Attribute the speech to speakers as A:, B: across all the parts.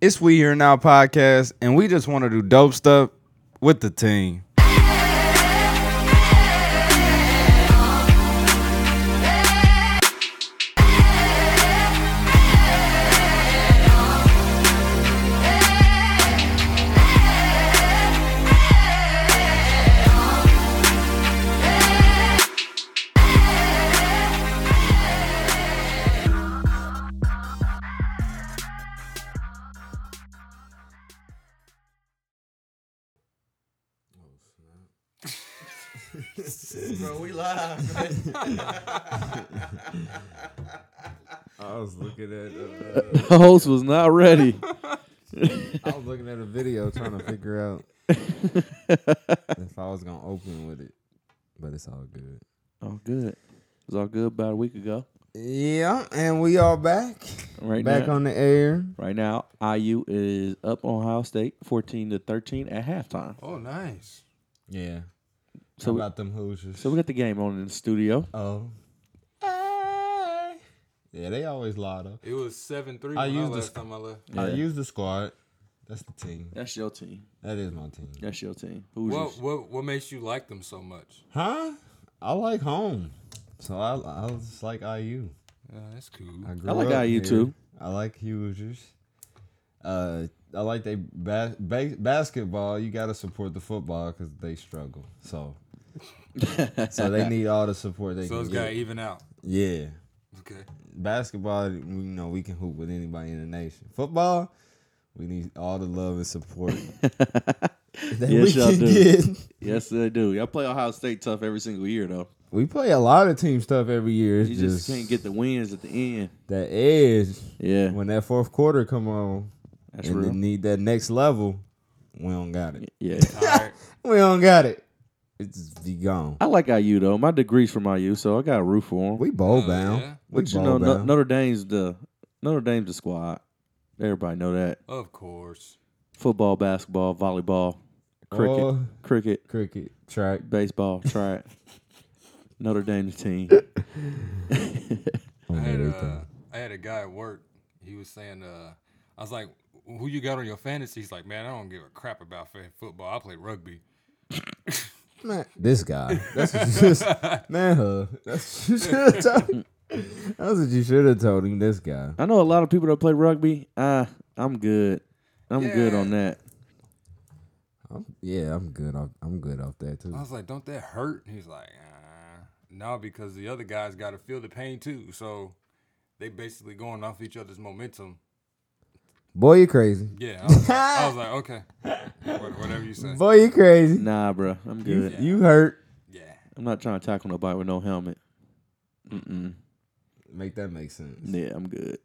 A: It's We Here Now podcast, and we just want to do dope stuff with the team.
B: Bro, we live.
C: I was looking at uh,
D: The host was not ready.
C: I was looking at a video trying to figure out if I was gonna open with it, but it's all good.
D: Oh, good. It was all good about a week ago.
C: Yeah, and we are back,
D: Right
C: back
D: now,
C: on the air.
D: right now, IU is up on Ohio State, fourteen to thirteen at halftime.
B: oh, nice.
C: Yeah.
D: So
C: So
D: we-
C: about them Hoosiers?
D: So we got the game on in the studio.
C: oh. Hey. Yeah, they always lie though.
B: It was 7 3
C: I
B: when I
C: used
B: last
C: the-
B: time I left.
C: I
D: Yeah.
C: use the squad. That's the team.
D: That's your team.
C: That is my team.
D: That's your team. Who's
B: What, what, what makes you like them so much?
C: Huh? I like home, so I I just like IU.
B: Yeah, Uh, that's cool.
C: I, grew
D: I like
C: up
D: IU
C: here.
D: too.
C: I like Hoosiers. Uh, I like they ba- ba- basketball. You gotta support the football because they struggle. So, so they need all the support they
B: so it's
C: can
B: got E
C: get.
B: to even out.
C: Yeah,
B: Okay.
C: basketball. You know we can hoop with anybody in the nation. Football, we need all the love and support that
D: Yes,
C: we
D: y'all
C: can
D: do.
C: get.
D: Yes, they do. Y'all play Ohio State tough every single year, though.
C: We play a lot of team stuff every year. It's
D: You
C: just,
D: just can't get the wins at the end.
C: that edge
D: Yeah,
C: when that fourth quarter come on
D: that's
C: and
D: real.
C: they need that next level. We don't got it.
D: yeah,
B: All right.
C: We don't got it. It's be gone.
D: I like IU though. My degree's from IU, so I got a root for them.
C: We bowl
B: Oh,
C: bound.
B: yeah?
C: We
D: But you know,
C: bowl
D: no,
C: bound.
D: Notre Dame's the Notre Dame's the squad. Everybody know that.
B: Of course.
D: Football, basketball, volleyball, cricket,
C: Oh,
D: cricket,
C: cricket, track.
D: baseball, track. Notre Dame's team.
B: I
C: on
B: had,
C: everything.
B: uh, I had a guy at work. He was saying, uh, I was like, who you got on your fantasy? He's like, man, I don't give a crap about fa- football. I play rugby.
C: Man, this guy. That's what you just man. Huh? That's what you should have told. him. That's what you should have told him. This guy.
D: I know a lot of people that play rugby. Ah, I'm good. I'm good
B: Yeah.
D: on that.
C: I'm, yeah, I'm good. Off, I'm good off that
B: I
C: too.
B: was like, don't that hurt? And He's like, uh, no, because the other guy's got to feel the pain too. So they basically going off each other's momentum.
C: Boy, you crazy.
B: Yeah. I was like, I was like, okay, What- whatever you say.
C: Boy, you crazy.
D: Nah, bro. I'm good.
C: You hurt.
B: Yeah.
D: I'm not trying to tackle nobody with no helmet. Mm-mm.
C: Make that make sense.
D: Yeah, I'm good.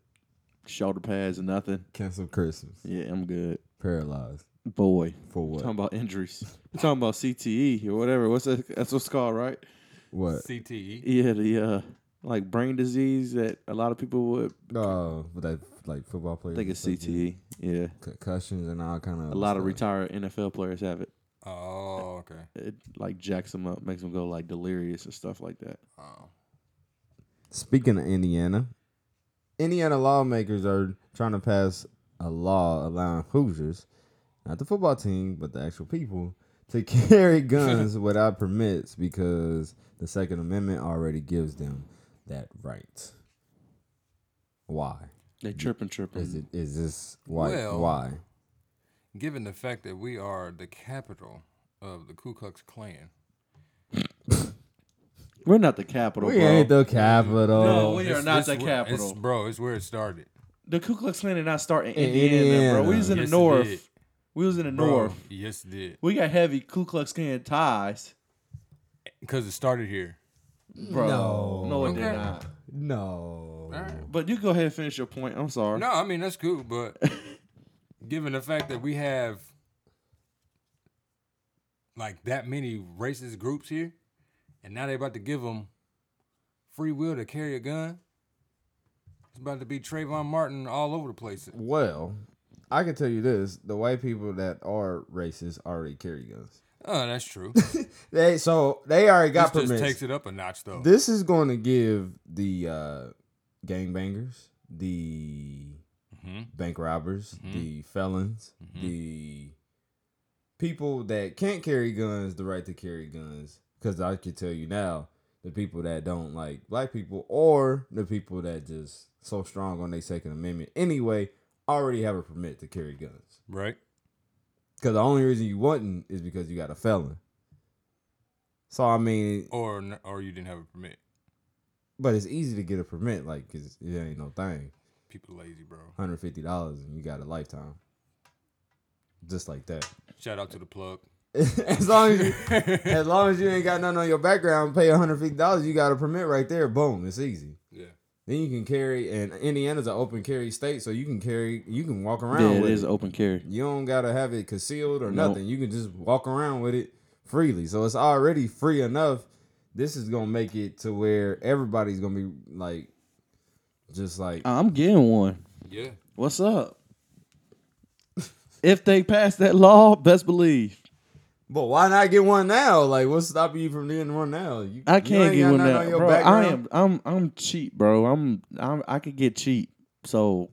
D: Shoulder pads and nothing.
C: Cancel Christmas.
D: Yeah, I'm good.
C: Paralyzed
D: Boy,
C: for what?
D: talking about injuries. talking about CTE or whatever. What's that? That's what's called, right?
C: What?
B: CTE.
D: Yeah, the uh, like brain disease that a lot of people would
C: No, but Uh, that like football players.
D: I think it's
C: and stuff get
D: CTE. Yeah,
C: Concussions and all kind of
D: a lot of
C: stuff.
D: retired NFL players have it.
B: Oh, okay.
D: It like jacks them up, makes them go like delirious and stuff like that.
B: Oh.
C: Speaking of Indiana, Indiana lawmakers are trying to pass a law allowing Hoosiers, not the football team, but the actual people, to carry guns without permits because the Second Amendment already gives them that right. Why
D: They tripping,
C: is
D: tripping.
C: it? Is this why?
B: Well-
C: why?
B: Given the fact that we are the capital of the Ku Klux Klan.
D: We're not the capital,
C: We
D: bro.
C: ain't the capital.
D: No, we- are
B: It's-
D: not
B: it's
D: the
B: where- it's-
D: capital.
B: bro. It's where it started.
D: the Ku Klux Klan did not start in
C: In
D: Indiana, bro.
C: Indiana.
D: We was in
B: Yes, it
D: the north.
B: did.
D: We was in the
B: Bro,
D: north.
B: Yes, it did.
D: We got heavy Ku Klux Klan ties,
B: Because it started here.
D: bro. No, it did
B: Okay.
D: not.
C: no.
D: But you go ahead and finish your point. I'm sorry.
B: No, I mean that's cool, but given the fact that we have like that many racist groups here, and now they're about to give them free will to carry a gun, it's about to be Trayvon Martin all over the place.
C: Well, I can tell you this: the white people that are racist already carry guns.
B: Oh, that's true.
C: They so they already got
B: this just
C: permits.
B: takes it up a notch, though.
C: this is going to give the uh, gangbangers, the
B: Mm-hmm.
C: bank robbers, the felons, the people that can't carry guns the right to carry guns. Because I can tell you now, the people that don't like black people or the people that just so strong on their Second Amendment anyway already have a permit to carry guns.
B: Right.
C: Because the only reason you wouldn't is because you got a felon. So I mean,
B: Or n- or you didn't have a permit.
C: but it's easy to get a permit, like 'cause it ain't no thing.
B: People lazy, bro.
C: Hundred fifty dollars and you got a lifetime, just like that.
B: Shout out to the plug.
C: as long as you, as long as you ain't got nothing on your background, pay hundred fifty dollars, you got a permit right there. Boom, it's easy.
B: Yeah.
C: Then you can carry, and Indiana's an open carry state, so you can carry, you can walk around.
D: Yeah, it
C: with
D: is open carry.
C: You don't gotta have it concealed or
D: Nope.
C: nothing. You can just walk around with it freely. So it's already free enough. This is gonna make it to where everybody's gonna be like, just like
D: I'm getting one.
B: Yeah.
D: What's up? if they pass that law, best believe
C: But why not get one now? Like, what's stopping you from getting one now? You,
D: I
C: you
D: can't
C: ain't
D: get
C: got
D: one
C: nothing
D: now,
C: on your
D: bro. I
C: background.
D: am I'm I'm cheap, bro. I'm I'm I could get cheap. So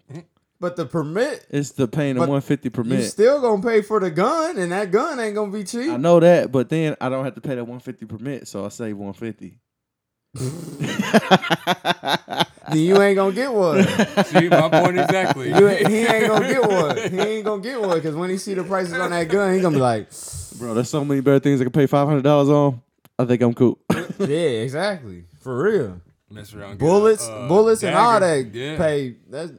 C: But the permit,
D: it's the paying the
C: But
D: 150
C: you
D: permit.
C: still gonna pay for the gun, and that gun ain't gonna be cheap.
D: I know that, but then I don't have to pay that 150 permit, so I save 150.
C: Then you ain't gonna get one.
B: See my point exactly.
C: You ain't- he ain't gonna get one. He ain't gonna get one because when he see the prices on that gun, he gonna be like,
D: Bro, there's so many better things I could pay $500 on. I think I'm cool.
C: yeah, exactly, for real.
B: Mess around. and get a,
C: bullets,
B: uh,
C: bullets, and all
B: dagger.
C: that
B: Yeah.
C: pay. That's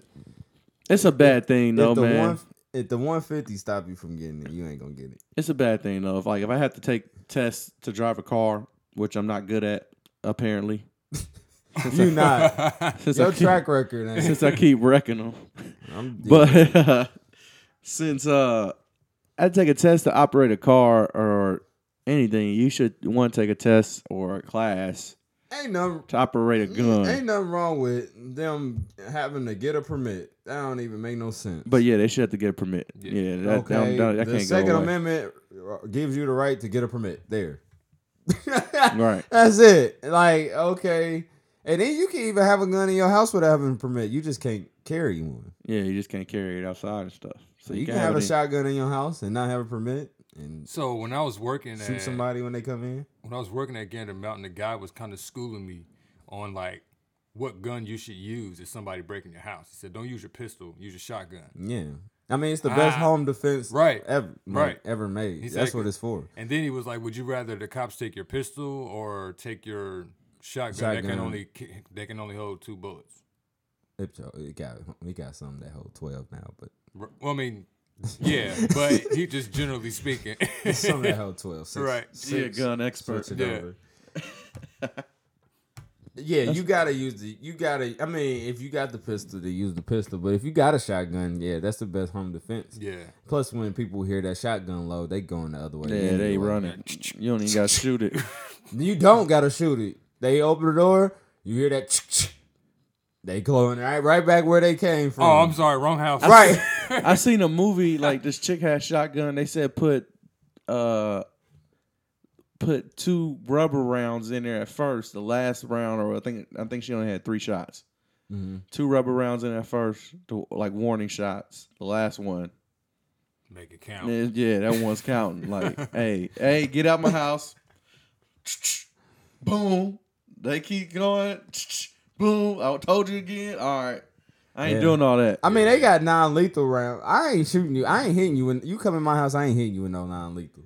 D: it's a bad thing though,
C: if the
D: man.
C: one if the one fifty stop you from getting it, you ain't gonna get it.
D: It's a bad thing though. If, like if I have to take tests to drive a car, which I'm not good at apparently,
C: You not
D: since I
C: your
D: keep,
C: track record. Ain't.
D: since I keep wrecking them.
C: I'm,
D: But uh, since uh, I take a test to operate a car or anything, you should want to take a test or a class
C: ain't nothing.
D: to operate a
C: Ain't
D: gun.
C: nothing wrong with them having to get a permit. That don't even make no sense.
D: But yeah, they should have to get a permit. Yeah, that,
C: okay,
D: that, that, that
C: the
D: can't
C: Second
D: go away.
C: Amendment uh, gives you the right to get a permit. There,
D: Right.
C: That's it. Like okay, and then you can even have a gun in your house without having a permit. You just can't carry one.
D: Yeah, you just can't carry it outside and stuff. So
C: you, can, have, a
D: it in-
C: shotgun in your house and not have a permit and
B: So when I was working
C: shoot
B: at
C: somebody when they come in.
B: when I was working at Gander Mountain, the guy was kind of schooling me on like what gun you should use if somebody breaking your house. He said, "Don't use your pistol, use your shotgun."
C: Yeah, I mean it's the best
B: Ah,
C: home defense
B: right,
C: ever
B: right.
C: right ever made. That's
B: Exactly.
C: what it's for.
B: And then he was like, "Would you rather the cops take your pistol or take your shotgun? That
C: Shotgun.
B: can only ki- they can only hold two bullets."
C: It, it got we got some that hold twelve now, but
B: R- Well, I mean, yeah, but he just generally speaking,
C: some that hold twelve. Six,
B: Right.
D: She a
C: six,
D: gun expert.
C: switch it
B: Yeah.
C: over. yeah, you gotta use the you gotta. I mean, if you got the pistol, to use the pistol. But if you got a shotgun, yeah, that's the best home defense.
B: yeah,
C: Plus, when people hear that shotgun load, they going the other way.
D: Yeah, they
C: anyway.
D: running. You don't even got to shoot it.
C: You don't gotta shoot it. They open the door, you hear that. They going right right back where they came from.
B: Oh, I'm sorry, wrong house.
C: right.
D: I seen a movie like this chick had shotgun. They said put uh put two rubber rounds in there at first. The last round, or I think I think she only had three shots.
C: Mm-hmm.
D: Two rubber rounds in there at first, to, like warning shots. The last one,
B: Make it count.
D: Man, yeah, that one's counting. Like, hey, hey, get out my house. Boom. They keep going. Boom. I told you again. All right. I ain't
C: Yeah.
D: doing all that.
C: I mean, they got non lethal round. I ain't shooting you. I ain't hitting you. When you come in my house, I ain't hitting you with no non lethal.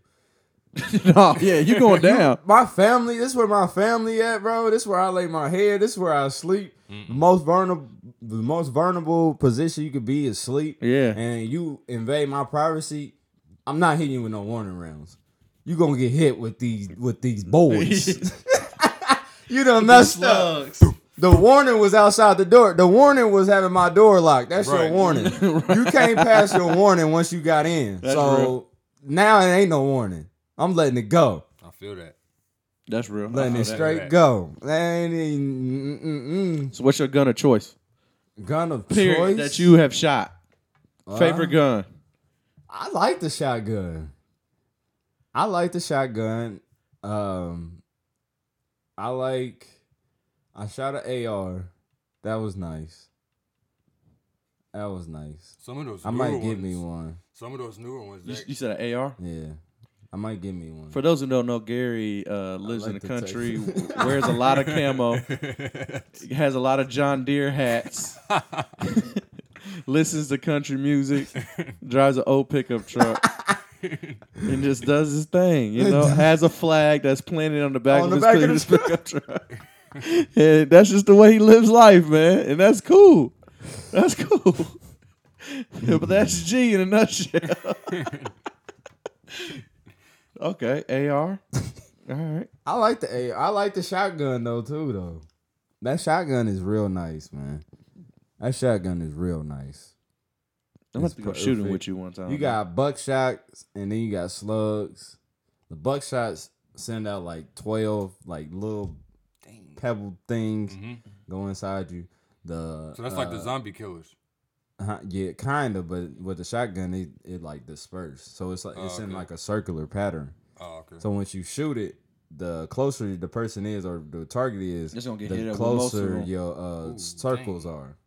D: no, yeah, you going down.
C: My family, this is where my family at, bro. This is where I lay my head. This is where I sleep. The most vulnerable, the most vulnerable position you could be is sleep.
D: Yeah.
C: and you invade my privacy. I'm not hitting you with no warning rounds. You gonna get hit with these with these boys. you done messed up. The warning was outside the door. The warning was having my door locked. That's
B: Right.
C: your warning. You can't pass your warning once you got in. so
D: real.
C: now it ain't no warning. I'm letting it go.
B: I feel that.
D: That's real.
C: Letting
D: I
C: it
D: feel that.
C: straight
B: that.
C: go. That ain't even- mm, mm,
D: So what's your gun of choice?
C: mm. gun of
D: Period.
C: choice.
D: That you have shot.
C: Uh,
D: Favorite gun.
C: I like the shotgun. I like the shotgun. Um, I like. I shot an AR. That was nice. That was nice.
B: Some of those
C: I
B: newer
C: might give
B: ones,
C: me one.
B: Some of those newer ones.
D: You,
B: that-
D: you said an AR.
C: Yeah, I might give me one.
D: For those who don't know, Gary uh, lives in
C: like
D: the
C: to take-
D: country, wears a lot of camo, has a lot of John Deere hats, listens to country music, drives an old pickup truck, and just does his thing. You know, has a flag that's planted on the back,
C: On
D: of,
C: the back
D: his
C: of
D: pick-
C: his
D: pickup truck. and that's just the way he lives life, man. And that's cool. That's cool. but that's G in a nutshell. okay, AR. All right.
C: I like the A. I like the shotgun though too though. That shotgun is real nice, man. That shotgun is real nice.
D: I'm gonna
C: It's
D: have to go
C: perfect.
D: shooting with you one time.
C: You got buckshot and then you got slugs. The buckshots send out like twelve like little pebble things
D: Mm-hmm.
B: Mhm.
C: go inside you. The
B: So that's like the
C: uh,
B: zombie killers.
C: uh, yeah, kind of, but with the shotgun, it, it like dispersed. So it's like it's in
B: okay.
C: like a circular pattern.
B: Oh, okay.
C: So once you shoot it, the closer the person is or the target is,
D: It's gonna get hit up
C: the
D: with most of
C: closer
D: them.
C: your uh,
B: Ooh,
C: circles
B: dang.
C: are.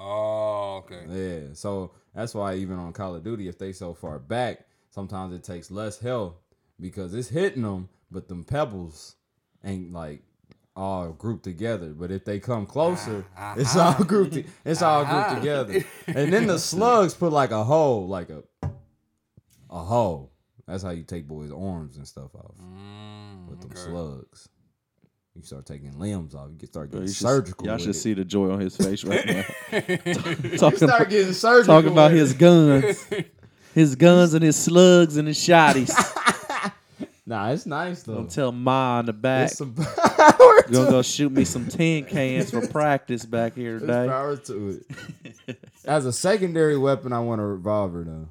B: oh, okay.
C: Yeah. So that's why even on Call of Duty, if they so far back, sometimes it takes less health because it's hitting them, but them pebbles ain't like all grouped together. But if they come closer,
B: Ah,
C: it's all grouped. to- it's all grouped together. And then the slugs put like a hole, like a a hole. That's how you take boys' arms and stuff off
B: Mm,
C: with them
B: okay.
C: slugs. You start taking limbs off. You can start
D: You
C: getting
D: should-
C: surgical.
D: Y'all
C: with
D: should
C: it.
D: see the joy on his face right now. talking
C: Start
D: about,
C: getting surgical.
D: talking about
C: with it.
D: his guns, his guns and his slugs and his shotties.
C: Nah, it's nice though.
D: Don't tell Ma on the back.
C: It's some power
D: Gonna
C: to
D: go
C: it.
D: shoot me some tin cans for practice back here
C: There's
D: today.
C: power to it. As a secondary weapon, I want a revolver though.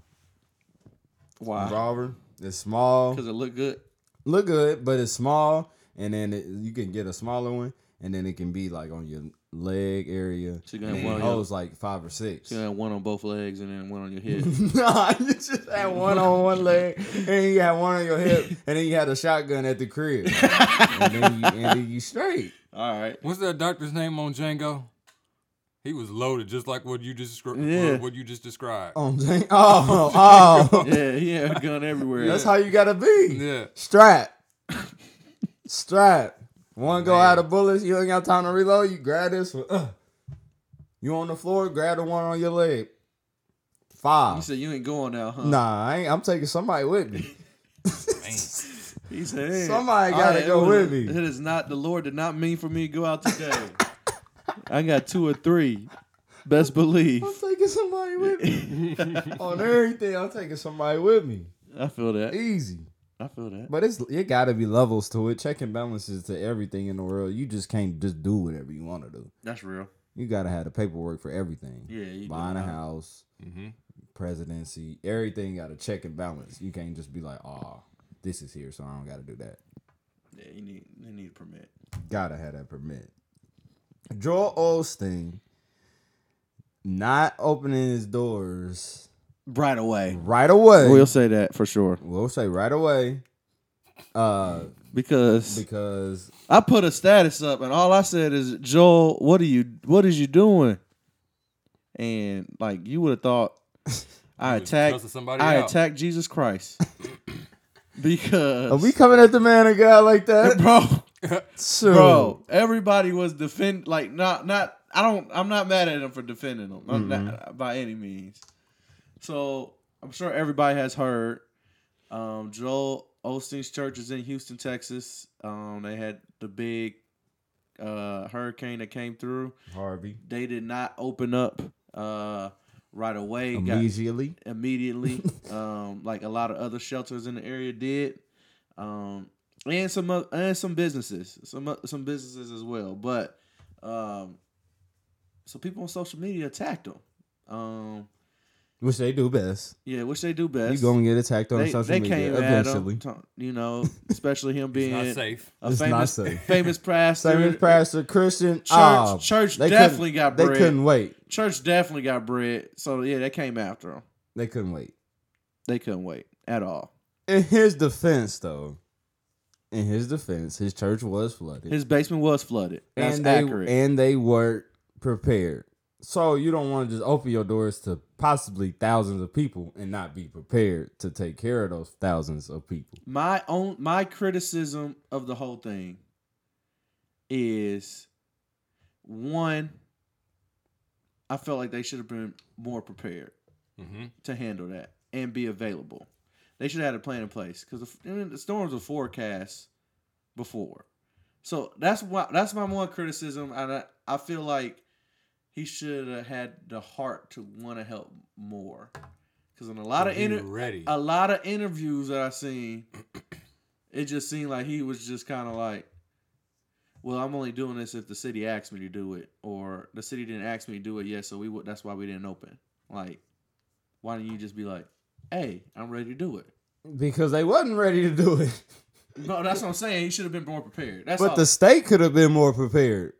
D: Wow,
C: Revolver. It's small.
D: because it looked good.
C: Look good, but it's small, and then it, you can get a smaller one, and then it can be like on your leg area.
D: So you gonna
C: and
D: have
C: it
D: one on your-
C: holds like five or six.
D: You had one on both legs and then one on your head.
C: nah, you just had one on one leg, and then you had one on your hip, and then you had a shotgun at the crib, and then you, and then you straight.
D: All right.
B: What's that doctor's name on Django? He was loaded, just like what you just descri-
D: Yeah.
B: what, what you just described.
C: Oh, dang. oh, oh.
D: Yeah, he had a gun everywhere.
C: That's how you gotta be.
B: Yeah.
C: Strap. Strap. One go out of bullets, you ain't got time to reload, you grab this one. Ugh. You on the floor, grab the one on your leg.
D: He
C: Five.
D: said, uh, "You ain't going now, huh?"
C: Nah, I ain't, I'm taking somebody with me.
D: He said, "Hey,
C: Somebody
D: all
C: gotta
D: it
C: go
D: was-
C: with me.
D: It is not the Lord did not mean for me to go out today. I got two or three. Best believe.
C: I'm taking somebody with me. on everything, I'm taking somebody with me.
D: I feel that.
C: Easy.
D: I feel that.
C: But it's it gotta be levels to it. Check and balances to everything in the world. You just can't just do whatever you wanna do.
D: That's real.
C: You gotta have the paperwork for everything.
D: Yeah, you
C: buying a
D: do.
C: house,
D: Mm-hmm.
C: presidency, everything got to check and balance. You can't just be like, oh, this is here, so I don't got to do that.
D: Yeah, you need you need a permit.
C: Gotta have that permit. Joel Osteen not opening his doors
D: Right away.
C: right away.
D: We'll say that for sure
C: we'll say right away. Uh,
D: because
C: because
D: I put a status up and all I said is, "Joel, what are you? What is you doing?" And like you would have thought, I
B: was
D: attacked.
B: cussing somebody
D: I
B: out.
D: attacked Jesus Christ because
C: are we coming at the man of God like that,
D: bro.
C: Shoot.
D: bro. Everybody was defend like not not. I don't. I'm not mad at him for defending him I'm not, by any means. So I'm sure everybody has heard. Um, Joel Osteen's church is in Houston, Texas. Um, they had the big uh, hurricane that came through.
C: Harvey?
D: They did not open up uh, right away. Got-
C: Immediately,
D: immediately, um, like a lot of other shelters in the area did, um, and some oth- and some businesses, some oth- some businesses as well. But um, so people on social media attacked them. Um,
C: which they do best.
D: yeah, which they do
C: You
D: best.
C: gonna get attacked on
D: they,
C: social
D: they
C: media
D: came
C: eventually.
D: at him, you know, especially him being
B: Not safe.
D: a
C: It's not
D: famous
C: safe.
D: famous pastor.
C: Famous pastor Christian.
D: Church,
C: oh,
D: church
C: they
D: definitely
C: couldn't-
D: got
C: They
D: bread.
C: couldn't wait.
D: Church definitely got bread. So yeah, they came after him.
C: They couldn't wait.
D: They couldn't wait at all.
C: In his defense, though, in his defense, his church was flooded,
D: His basement was flooded. That's
C: and they
D: accurate.
C: and they were prepared. So you don't want to just open your doors to possibly thousands of people and not be prepared to take care of those thousands of people.
D: My own my criticism of the whole thing is one, I felt like they should have been more prepared
B: Mm-hmm.
D: to handle that and be available. They should have had a plan in place because the, I mean, the storms were forecast before. So that's why that's my one criticism. And I, I feel like he should have had the heart to want to help more because in a lot of inter-
B: ready.
C: uh,
D: a lot of interviews that I seen, it just seemed like he was just kind of like, "Well, I'm only doing this if the city asked me to do it, or the city didn't ask me to do it yet, so we would. That's why we didn't open. Like, why didn't you just be like, "Hey, I'm ready to do it."
C: Because they wasn't ready to do it.
D: No, that's what I'm saying. He should have been more prepared. That's
C: But
D: all.
C: the state could have been more prepared.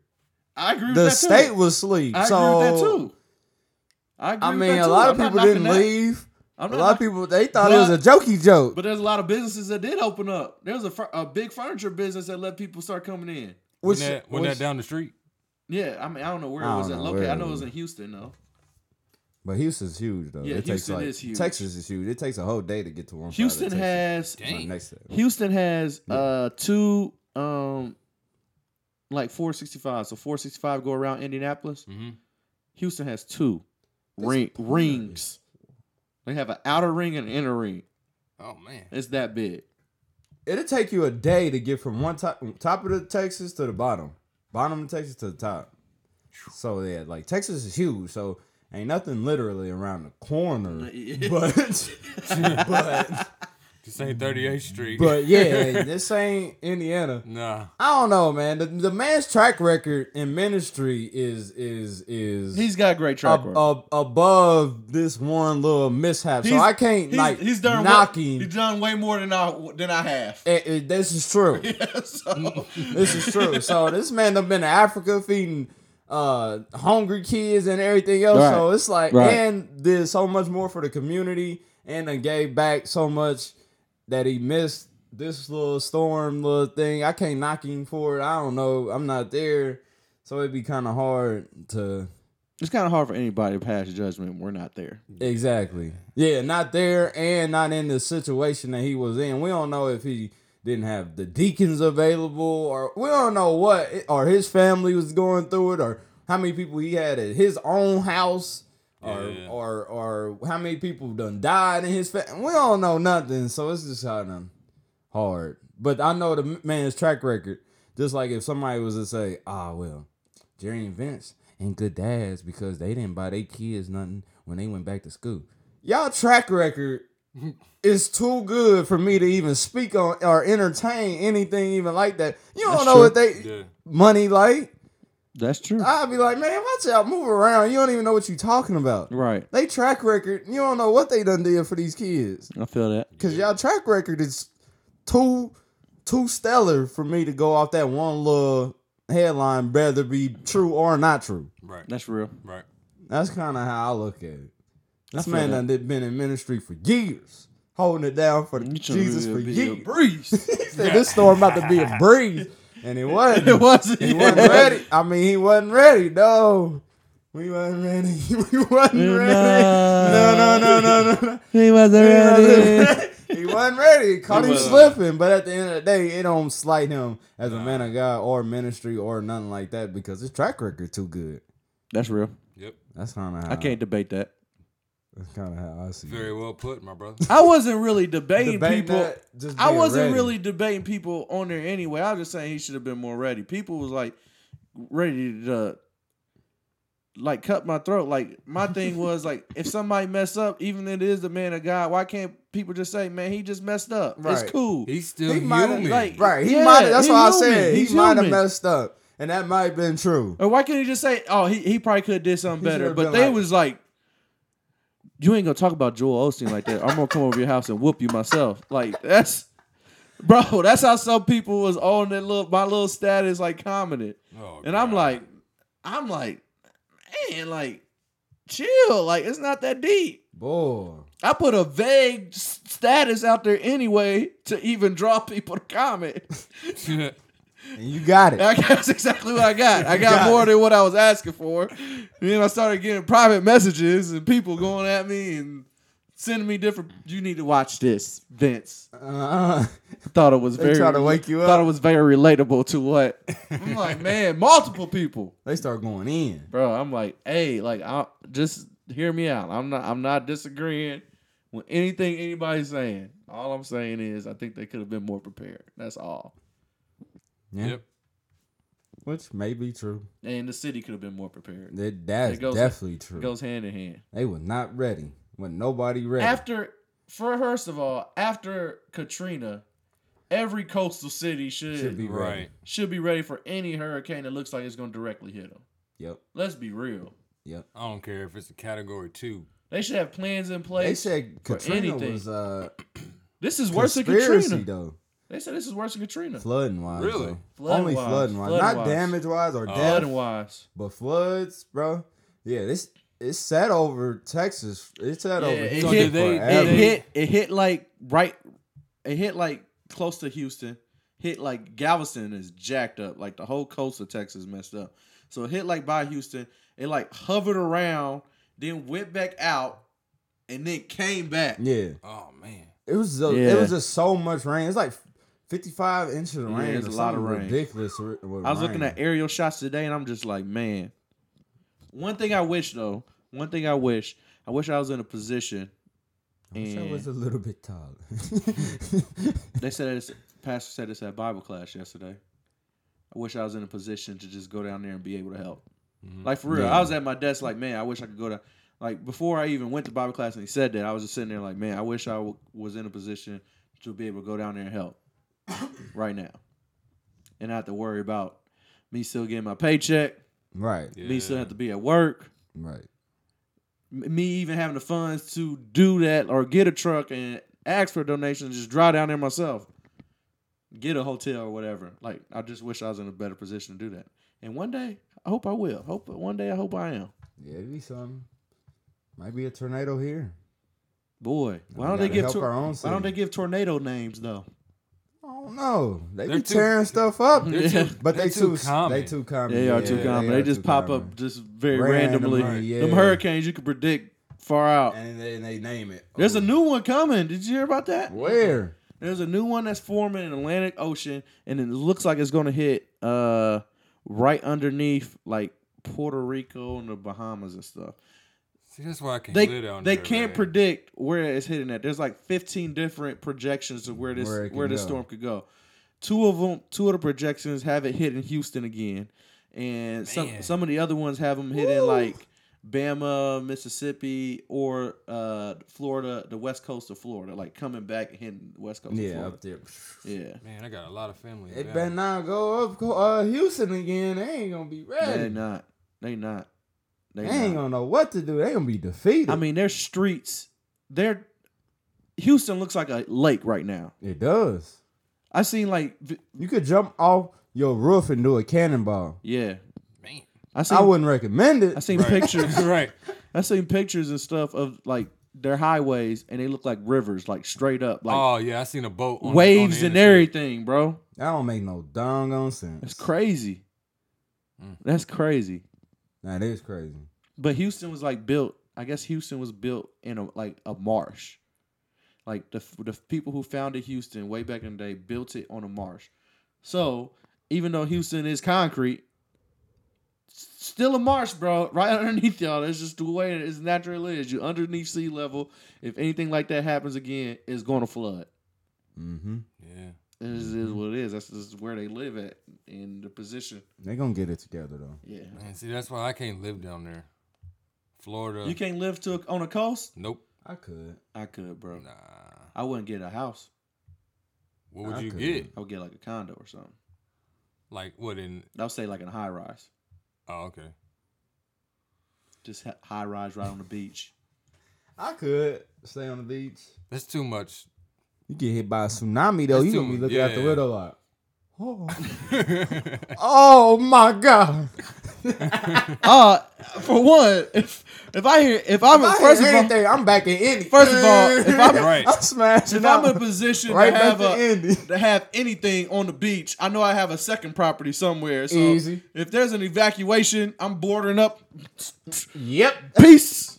D: I agree with
C: The
D: that
C: state
D: too.
C: was asleep.
D: I
C: so,
D: agree with that too. I agree.
C: I
D: with
C: mean,
D: that
C: a
D: too.
C: lot
D: I'm
C: of
D: not
C: people
D: knocking
C: didn't
D: that.
C: leave. A
D: I'm not
C: lot of
D: knock-
C: people they thought it was a jokey joke.
D: But there's a lot of businesses that did open up. There was a, fur- a big furniture business that let people start coming in.
B: Wasn't
C: Which-
B: that, wasn't
C: which-
B: that down the street?
D: Yeah, I mean, I don't know where
C: I
D: it was
C: don't
D: at
C: know
D: located.
C: where
D: I
C: it
D: know it
C: was.
D: was in Houston though.
C: But Houston's huge though.
D: Yeah,
C: it takes
D: Houston
C: like,
D: is huge.
C: Texas is huge. It takes a whole day to get to one. side of
D: Houston
C: Texas.
D: has
C: Right
B: Dang.
C: next to it.
D: Houston has uh two um like 465. So 465 go around Indianapolis.
B: Mm-hmm.
D: Houston has two ring rings. They have an outer ring and an inner ring.
B: Oh man.
D: It's that big.
C: It'll take you a day to get from one top top of the Texas to the bottom, bottom of Texas to the top. So yeah, like Texas is huge. So ain't nothing literally around the
D: Uh,
C: corner, but but
B: This ain't 38th Street.
C: but yeah, this ain't Indiana.
B: nah.
C: I don't know, man. The, the man's track record in ministry is is is
D: He's got a great track
C: ab-
D: record.
C: ab- above this one little mishap. So
D: He's-
C: I can't
D: he's,
C: like
D: he's done
C: knocking.
D: Way, he's done way more than I than I have.
C: Eh, eh, this is true.
D: so,
C: This is true. So this man done been to Africa feeding uh hungry kids and everything else. So
D: Right.
C: it's like
D: Right.
C: and did so much more for the community and then gave back so much that he missed this little storm little thing. I can't knock him for it. I don't know. I'm not there. So it'd be kind of hard to
D: it's kind of hard for anybody to pass judgment. We're not there.
C: Exactly. Yeah, not there and not in the situation that he was in. We don't know if he didn't have the deacons available or we don't know what or his family was going through it or how many people he had at his own house or
B: Yeah.
C: or or how many people done died in his family. We don't know nothing, so it's just kind of hard. But I know the man's track record. Just like if somebody was to say, "Ah, well, Jerry and Vince ain't good dads because they didn't buy their kids nothing when they went back to school. Y'all track record is too good for me to even speak on or entertain anything even like that. You don't
D: That's
C: know
D: true.
C: what they
B: Yeah.
C: money like.
D: That's true.
C: I'd be like, man, watch out, move around. You don't even know what you talking about.
D: right.
C: They track record, you don't know what they done did for these kids.
D: I feel that.
C: Cause y'all track record is too too stellar for me to go off that one little headline, whether be true or not true.
B: Right.
D: That's real.
B: Right.
C: That's kind of how I look at it. This
D: feel
C: man
D: that.
C: done did- been in ministry for years, holding it down for the
D: You trying to
C: Jesus
D: be
C: for
D: a- be a
C: years.
D: breeze.
C: He said this storm about to be a breeze, and it wasn't.
D: it wasn't.
C: He wasn't ready. I mean, he wasn't ready. No, we wasn't ready. We wasn't
D: No.
C: ready. No, no, no, no, no. no.
D: He wasn't ready.
C: he wasn't ready. Caught
D: He
C: him
D: wasn't.
C: slipping, but at the end of the day, it don't slight him as a man of God or ministry or nothing like that because his track record too good.
D: That's real.
B: Yep.
C: That's kind of how
D: I can't debate that.
C: That's kind of how I see it.
B: Very well put, my brother.
D: I wasn't really debating
C: Debate
D: people.
C: that, just
D: I
C: being
D: wasn't
C: ready.
D: really debating people on there anyway. I was just saying he should have been more ready. People was like ready to like cut my throat. Like my thing was like if somebody mess up, even if it is the man of God, why can't people just say, "Man, he just messed up.
C: Right.
D: It's cool."
B: He's still
C: He might have,
B: human.
D: like-
C: Right. He
D: Yeah,
C: might. That's
D: he
C: why I
D: human.
C: said
D: He's
C: he might have
D: human.
C: messed up, and that might have been true.
D: Or why couldn't he just say, "Oh, he, he probably could have did something
C: He
D: better"?
C: should've
D: But
C: been
D: they
C: like-
D: was like, "You ain't gonna talk about Joel Osteen like that. I'm gonna come over your house and whoop you myself." Like that's, bro. That's how some people was on that little my little status like commented,
B: Oh,
D: and I'm
B: God.
D: like, I'm like, man, like, chill. Like it's not that deep.
C: Boy,
D: I put a vague s- status out there anyway to even draw people to comment.
C: And you got it.
D: I got- That's exactly what I got. I got more than what I was asking for. And then I started getting private messages and people going at me and sending me different. You need to watch this, Vince.
C: Uh,
D: I thought it was very.
C: try to wake you up.
D: Thought it was very relatable to what. I'm like, man, multiple people,
C: they start going in.
D: bro. I'm like, hey, like, I just hear me out. I'm not. I'm not disagreeing with anything anybody's saying. All I'm saying is, I think they could have been more prepared. That's all.
C: Yeah.
B: Yep.
C: Which may be true.
D: And the city could have been more prepared.
C: That, that's
D: It goes-
C: definitely true.
D: It goes hand in hand.
C: They were not ready. When nobody ready.
D: after for first of all after katrina every coastal city should
C: should be ready.
B: Right.
D: should be ready for any hurricane that looks like it's going to directly hit them
C: Yep.
D: let's be real
C: Yep.
B: I don't care if it's a category two.
D: they should have plans in
C: They
D: place
C: said Katrina
D: anything.
C: was uh
D: this is worse than
C: conspiracy
D: katrina
C: though.
D: they said this is worse than katrina
C: Flooding wise.
B: Really?
C: though.
D: Flood
C: Only
D: wise,
C: flooding wise.
D: flood
C: not
D: wise.
C: damage wise or death.
D: flood wise
C: But floods, bro. Yeah, this it's set over Texas. It's set
D: yeah,
C: over
D: it,
C: here
D: hit,
B: they-
D: it
C: forever.
D: hit it hit like right it hit like close to houston hit like galveston is jacked up like the whole coast of texas messed up so it hit like by houston it like hovered around then went back out and then came back
C: Yeah,
B: Oh man.
C: it was a,
D: Yeah.
C: it was just so much rain. It's like fifty five inches of
D: Yeah,
C: rain.
D: it's
C: It's a lot of rain. Ridiculous. ri- with
D: I was looking
C: rain.
D: at aerial shots today, and I'm just like, man. One thing I wish though, one thing I wish, I wish I was in a position.
C: I wish I
D: and-
C: was a little bit taller.
D: They said this. Pastor said this at Bible class yesterday. I wish I was in a position to just go down there and be able to help. Like for real, I was at my desk like, man, I wish I could go to. Like before I even went to Bible class and he said that, I was just sitting there like, man, I wish I w- was in a position to be able to go down there and help right now, and not have to worry about me still getting my paycheck,
C: right,
D: me still have to be at work,
C: right.
D: m- me even having the funds to do that or get a truck and ask for donations, just drive down there myself, get a hotel or whatever. Like I just wish I was in a better position to do that. And one day, I hope I will. Hope one day, I hope I am.
C: Yeah, it'd be something. Might be a tornado here.
D: Boy, why
C: We
D: don't they
C: gotta
D: give
C: help
D: tor-
C: our own
D: why
C: city.
D: don't they give tornado names though?
C: I don't know. They
B: They're
C: be
B: too-
C: tearing stuff up,
B: They're
D: Yeah.
B: too-
C: but they
B: they're
C: too,
B: common.
C: they too common.
D: They are
C: Yeah,
D: too common.
C: are
D: They, just
C: too
D: pop
C: common.
D: up just very randomly.
C: Randomly, yeah.
D: Them hurricanes you can predict far out.
C: and they, they name it.
D: There's a new one coming. Did you hear about that?
C: where
D: There's a new one that's forming in the Atlantic Ocean, and it looks like it's going to hit uh, right underneath like Puerto Rico and the Bahamas and stuff.
B: See, that's why I can't
D: They
B: live down
D: they
B: there,
D: can't
B: man.
D: predict where it's hitting at. There's like 15 different projections of where this
C: Where
D: where,
C: it can
D: this
C: go.
D: storm could go. Two of them, two of the projections have it hitting Houston again, and some
B: Man.
D: some of the other ones have them hitting like Bama, Mississippi, or uh, Florida, the west coast of Florida, like coming back and hitting the west coast. of
C: yeah
D: Florida.
C: up there.
D: yeah.
B: Man, I got a lot of family.
C: It
B: down
C: better not go up go- uh, Houston again. They ain't gonna be
D: They
C: ready.
D: not. They not. They,
C: They ain't
D: not.
C: gonna know what to do. They gonna be defeated.
D: I mean, their streets. Their Houston looks like a lake right now.
C: it does.
D: I seen like, vi-
C: You could jump off your roof and do a cannonball.
D: yeah.
B: Man.
D: I seen.
C: I wouldn't recommend
D: I
C: it.
D: seen pictures.
B: right.
D: I seen pictures and stuff of like their highways, and they look like rivers, like straight up, like
B: oh yeah, I seen a boat. On
D: waves
B: the, on
D: and
B: the interstate.
D: everything, bro.
C: That don't make no doggone sense.
D: That's crazy.
B: Mm.
D: That's crazy.
C: That is crazy.
D: But Houston was like built. I guess Houston was built in a like a marsh. Like the the people who founded Houston way back in the day built it on a marsh. So even though Houston is concrete, s- still a marsh, bro. Right underneath y'all. That's just the way it is natural is. You underneath sea level. If anything like that happens again, it's going to flood.
C: Mm-hmm.
B: Yeah.
D: It is,
B: Mm-hmm.
D: is what it is. That's just where they live at in the position.
C: They gonna get it together though.
D: Yeah.
B: Man, see, that's why I can't live down there. Florida.
D: You can't live to a, on a coast.
B: Nope.
C: I could.
D: I could, bro.
B: Nah.
D: I wouldn't get a house.
B: What would
C: I
B: you
C: couldn't.
B: get?
D: I would get like a condo or something.
B: Like what in?
D: I would say like in a high rise,
B: Oh, okay.
D: just ha- high rise right on the beach.
C: I could stay on the beach.
B: That's too much.
C: You get hit by a tsunami though.
B: That's
C: you
B: too
C: gonna be
B: much.
C: looking out the
B: Yeah.
C: window like, Oh, oh my God.
D: Uh, for one, if if I hear if I'm
C: I
D: first
C: first
D: of all,
C: anything, I'm back in Indy.
D: First of all, if I'm-
B: Right.
C: I'm smashing
D: if I'm
C: out.
D: in a position
C: Right
D: to
C: back
D: have
C: to Indy.
D: a, to have anything on the beach, I know I have a second property somewhere. So
C: Easy.
D: if there's an evacuation, I'm bordering up.
C: Yep.
D: Peace.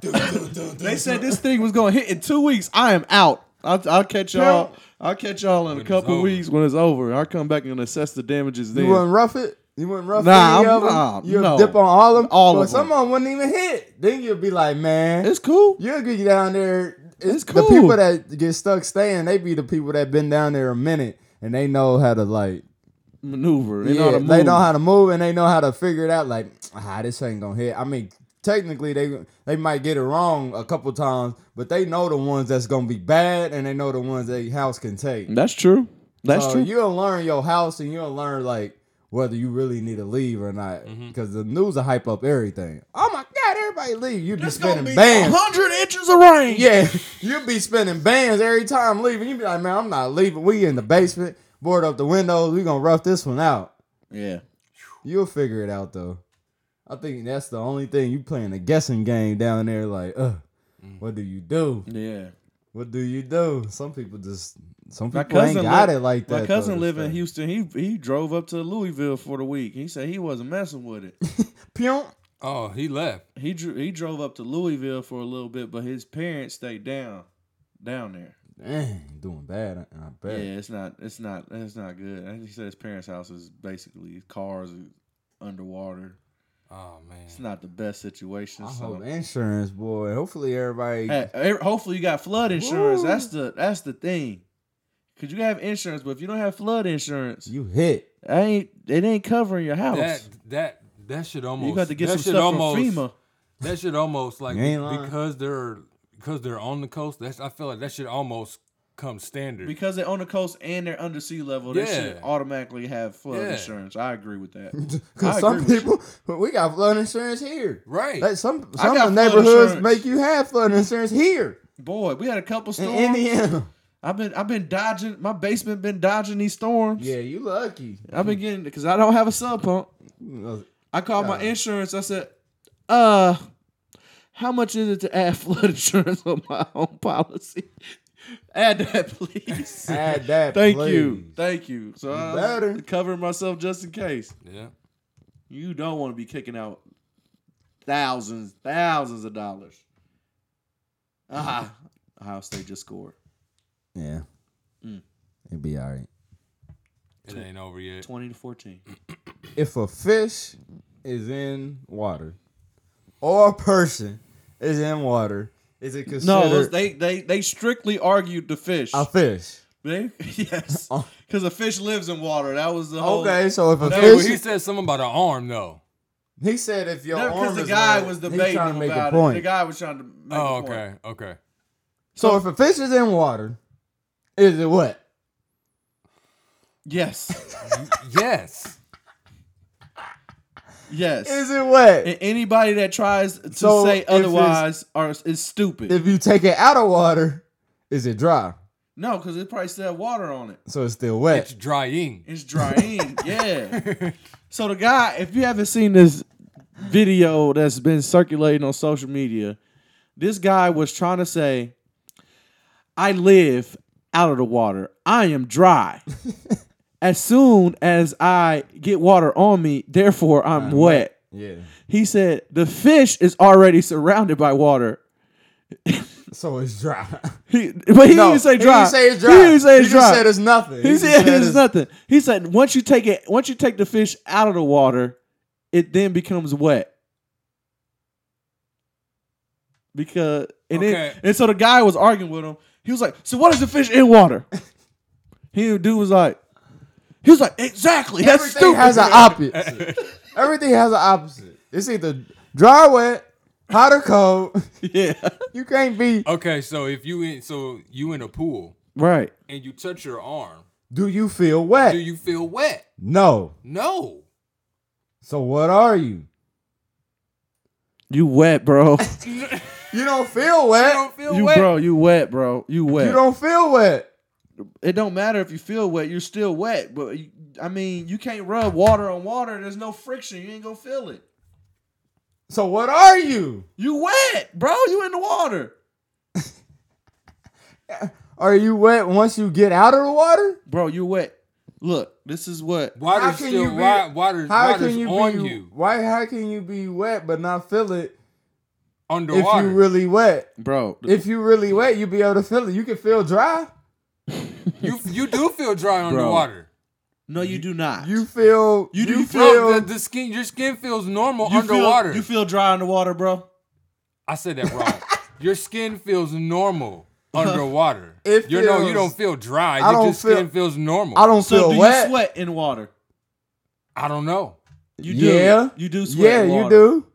D: they said this thing was gonna hit in two weeks. I am out. I'll, I'll catch y'all. I'll catch y'all in a
B: it's
D: couple
B: over.
D: weeks when it's over. I'll come back and assess the damages then.
C: You wouldn't rough it? You wouldn't rough
D: Nah,
C: any
D: I'm-
C: of them?
D: nah,
C: you'll
D: no.
C: dip on all of them?
D: All
C: but
D: of 'em.
C: some of them wouldn't even hit. Then you'll be like, man,
D: it's cool.
C: you'll get down there.
D: It's
C: The
D: cool.
C: people that get stuck staying, they be the people that been down there a minute and they know how to like
D: Maneuver. They
C: yeah,
D: know how to
C: they
D: move.
C: know how to move and they know how to figure it out. Like, ah, this ain't gonna hit. I mean, technically they they might get it wrong a couple times, but they know the ones that's gonna be bad and they know the ones that your house can take.
D: That's true. That's
C: so
D: true.
C: You'll learn your house and you'll learn like whether you really need to leave or not
D: Mm-hmm.
C: because the news will hype up everything. Oh my god, everybody leave. You'd be spending bands.
D: hundred inches of rain.
C: Yeah, you'd be spending bands every time leaving. You'd be like, man, I'm not leaving. We in the basement, board up the windows. We gonna rough this one out.
D: Yeah.
C: You'll figure it out though. I think that's the only thing you playing a guessing game down there. Like, uh, what do you do?
D: Yeah.
C: What do you do? Some people just some
D: My
C: people ain't
D: cousin
C: got
D: live-
C: it like that.
D: My
C: though,
D: cousin
C: to
D: live in
C: stay.
D: Houston. He he drove up to Louisville for the week. He said he wasn't messing with it.
C: Pyong.
B: Oh, he left.
D: he drew, he drove up to Louisville for a little bit, but his parents stayed down down there.
C: Dang, doing bad. I, I bet.
D: Yeah, it's not it's not it's not good. And he said his parents' house is basically his cars is underwater.
B: Oh man.
D: It's not the best situation.
C: I
D: so.
C: hope insurance, boy. Hopefully everybody.
D: Hey, eh, hopefully you got flood insurance.
C: Woo.
D: That's the that's the thing. Cause you have insurance, but if you don't have flood insurance,
C: You hit.
D: I ain't it ain't covering your house.
B: That that that should almost
D: you got to get
B: that
D: some
B: should
D: stuff
B: almost,
D: from FEMA.
B: That should almost like
C: You ain't lying.
B: because they're because they're on the coast. That's I feel like that should almost come standard.
D: Because they're on the coast and they're under sea level, they
B: Yeah.
D: should automatically have flood
B: Yeah.
D: insurance. I agree with that.
C: Cause
D: I
C: some
D: agree with
C: people, but we got flood insurance here.
B: right.
C: Like some
D: I
C: some
D: got
C: of the
D: flood
C: neighborhoods
D: insurance.
C: make you have flood insurance here
D: Boy, we had a couple
C: in
D: storms.
C: Indiana.
D: I've been I've been dodging my basement been dodging these storms.
C: Yeah, you lucky.
D: I've been getting because I don't have a sub pump.
C: Right.
D: I called my
C: Yeah.
D: insurance. I said, uh, how much is it to add flood insurance on my home policy? add that, please.
C: Add that,
D: Thank
C: please.
D: you. Thank you. So I was
C: better.
D: covering myself just in case.
B: yeah.
D: You don't want to be kicking out thousands, thousands of dollars. Ah, Ohio State just scored
C: Yeah.
D: Mm.
C: It'd be all right.
B: It ain't over yet.
D: 20 to 14.
C: If a fish is in water or a person is in water, is it considered
D: No, it was- they, they they strictly argued the fish.
C: a fish?
D: They- yes,
C: Oh.
D: because a fish lives in water. That was the whole.
C: Okay, so if a
D: Oh, No,
B: Hey, but
C: fish,
B: he said something about an arm though.
C: he said if your
D: because
C: arm
D: the
C: is
D: guy
C: wide,
D: was
C: he's
D: debating
C: trying to make
D: about
C: a point.
D: it. The guy was trying to make
B: Oh,
D: a point.
B: okay, okay.
C: So if a fish is in water, is it what?
D: Yes,
B: yes.
D: yes.
C: Is it what?
D: and anybody that tries to
C: So if
D: say
C: it's-
D: otherwise are is stupid.
C: if you take it out of water, is it dry?
D: no, because it probably still had water on it.
C: So it's still
B: It's
C: wet.
B: drying.
D: It's drying. yeah. So the guy, if you haven't seen this video that's been circulating on social media, this guy was trying to say, "I live out of the water. I am dry." As soon as I get water on me, therefore I'm wet.
C: Yeah.
D: He said the fish is already surrounded by water.
C: So it's dry.
D: He, but he didn't say dry.
C: He didn't say it's dry.
D: He didn't say it's
C: He
D: dry.
C: just said it's nothing.
D: He,
C: just
D: said it's nothing. He said once you take it, once you take the fish out of the water, it then becomes wet. Because and
B: Okay.
D: then, and so the guy was arguing with him. He was like, "So what is the fish in water?" he dude was like, he was like, "Exactly. That's
C: Everything
D: stupid."
C: has an opposite. Everything has an opposite. It's either dry, wet, hot or cold.
D: yeah,
C: You can't be.
B: Okay, so if you in so you in a pool
D: right.
B: and you touch your arm,
C: Do you feel wet?
B: do you feel wet?
C: no.
B: No.
C: So what are you?
D: You wet, bro.
C: You don't feel wet.
B: I don't feel
D: you
B: wet.
D: bro. You wet, bro. You wet.
C: You don't feel wet.
D: it don't matter if you feel wet, you're still wet. But you, I mean, you can't rub water on water. There's no friction. You ain't gonna feel it.
C: So what are you?
D: You wet, bro. You in the water,
C: Are you wet once you get out of the water?
D: bro. You wet. Look, this is what
B: Water's
C: can
B: still
C: you be-
B: wa- water,
C: How
B: water's
C: can you
B: on
C: be
B: you
C: why? How can you be wet but not feel it if
B: underwater.
C: you really wet?
D: bro.
C: If you really wet, you be able to feel it. You can feel dry.
B: you you do feel dry underwater.
D: no, you do not.
C: You feel.
D: You do
C: you
B: No,
C: feel.
B: the, the skin, your skin feels normal
D: You feel-
B: underwater.
D: you feel dry underwater, bro.
B: I said that wrong. your skin feels normal underwater.
C: It
B: you know, you
C: feels-
B: don't feel dry.
C: I
B: Your
C: don't
B: just skin
C: feel-
B: feels normal.
C: I don't
D: So
C: feel
D: do
C: wet.
D: you sweat in water?
B: I don't know.
D: You do.
C: Yeah.
D: You do sweat.
C: yeah,
D: in
C: you
D: water.
C: do,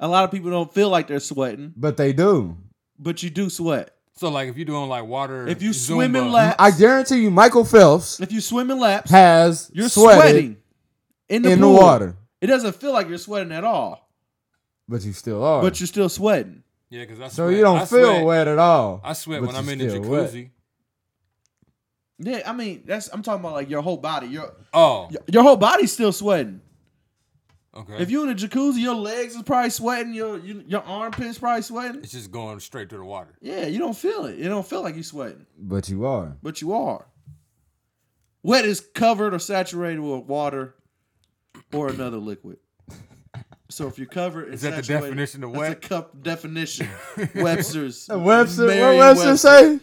D: A lot of people don't feel like they're sweating,
C: but they do.
D: but you do sweat.
B: So like, if you're doing like water,
D: If you
B: Zumba,
D: swim in laps,
C: I guarantee you, Michael Phelps
D: if you swim in laps,
C: has
D: you're
C: sweated
D: sweating in the
C: in
D: pool.
C: the water,
D: It doesn't feel like you're sweating at all,
C: but you still are.
D: but you're still sweating.
B: yeah, because I sweat.
C: so you don't
B: I
C: feel
B: sweat.
C: wet at all.
B: I sweat
C: but
B: when
C: you
B: I'm in the
C: still wet.
B: jacuzzi.
D: Yeah, I mean that's I'm talking about like your whole body. Your
B: Oh,
D: your whole body's still sweating.
B: okay.
D: If you in a jacuzzi, your legs is probably sweating. Your you, your armpits probably sweating.
B: it's just going straight to the water.
D: Yeah, you don't feel it. You don't feel like you're sweating,
C: But you are.
D: but you are. Wet is covered or saturated with water or another liquid. So if you're covered, and
B: Is that the
D: saturated-
B: definition of
D: that's
B: wet?
D: a cup definition. Webster's.
C: Webster, what Webster
D: Merriam-Webster.
C: say?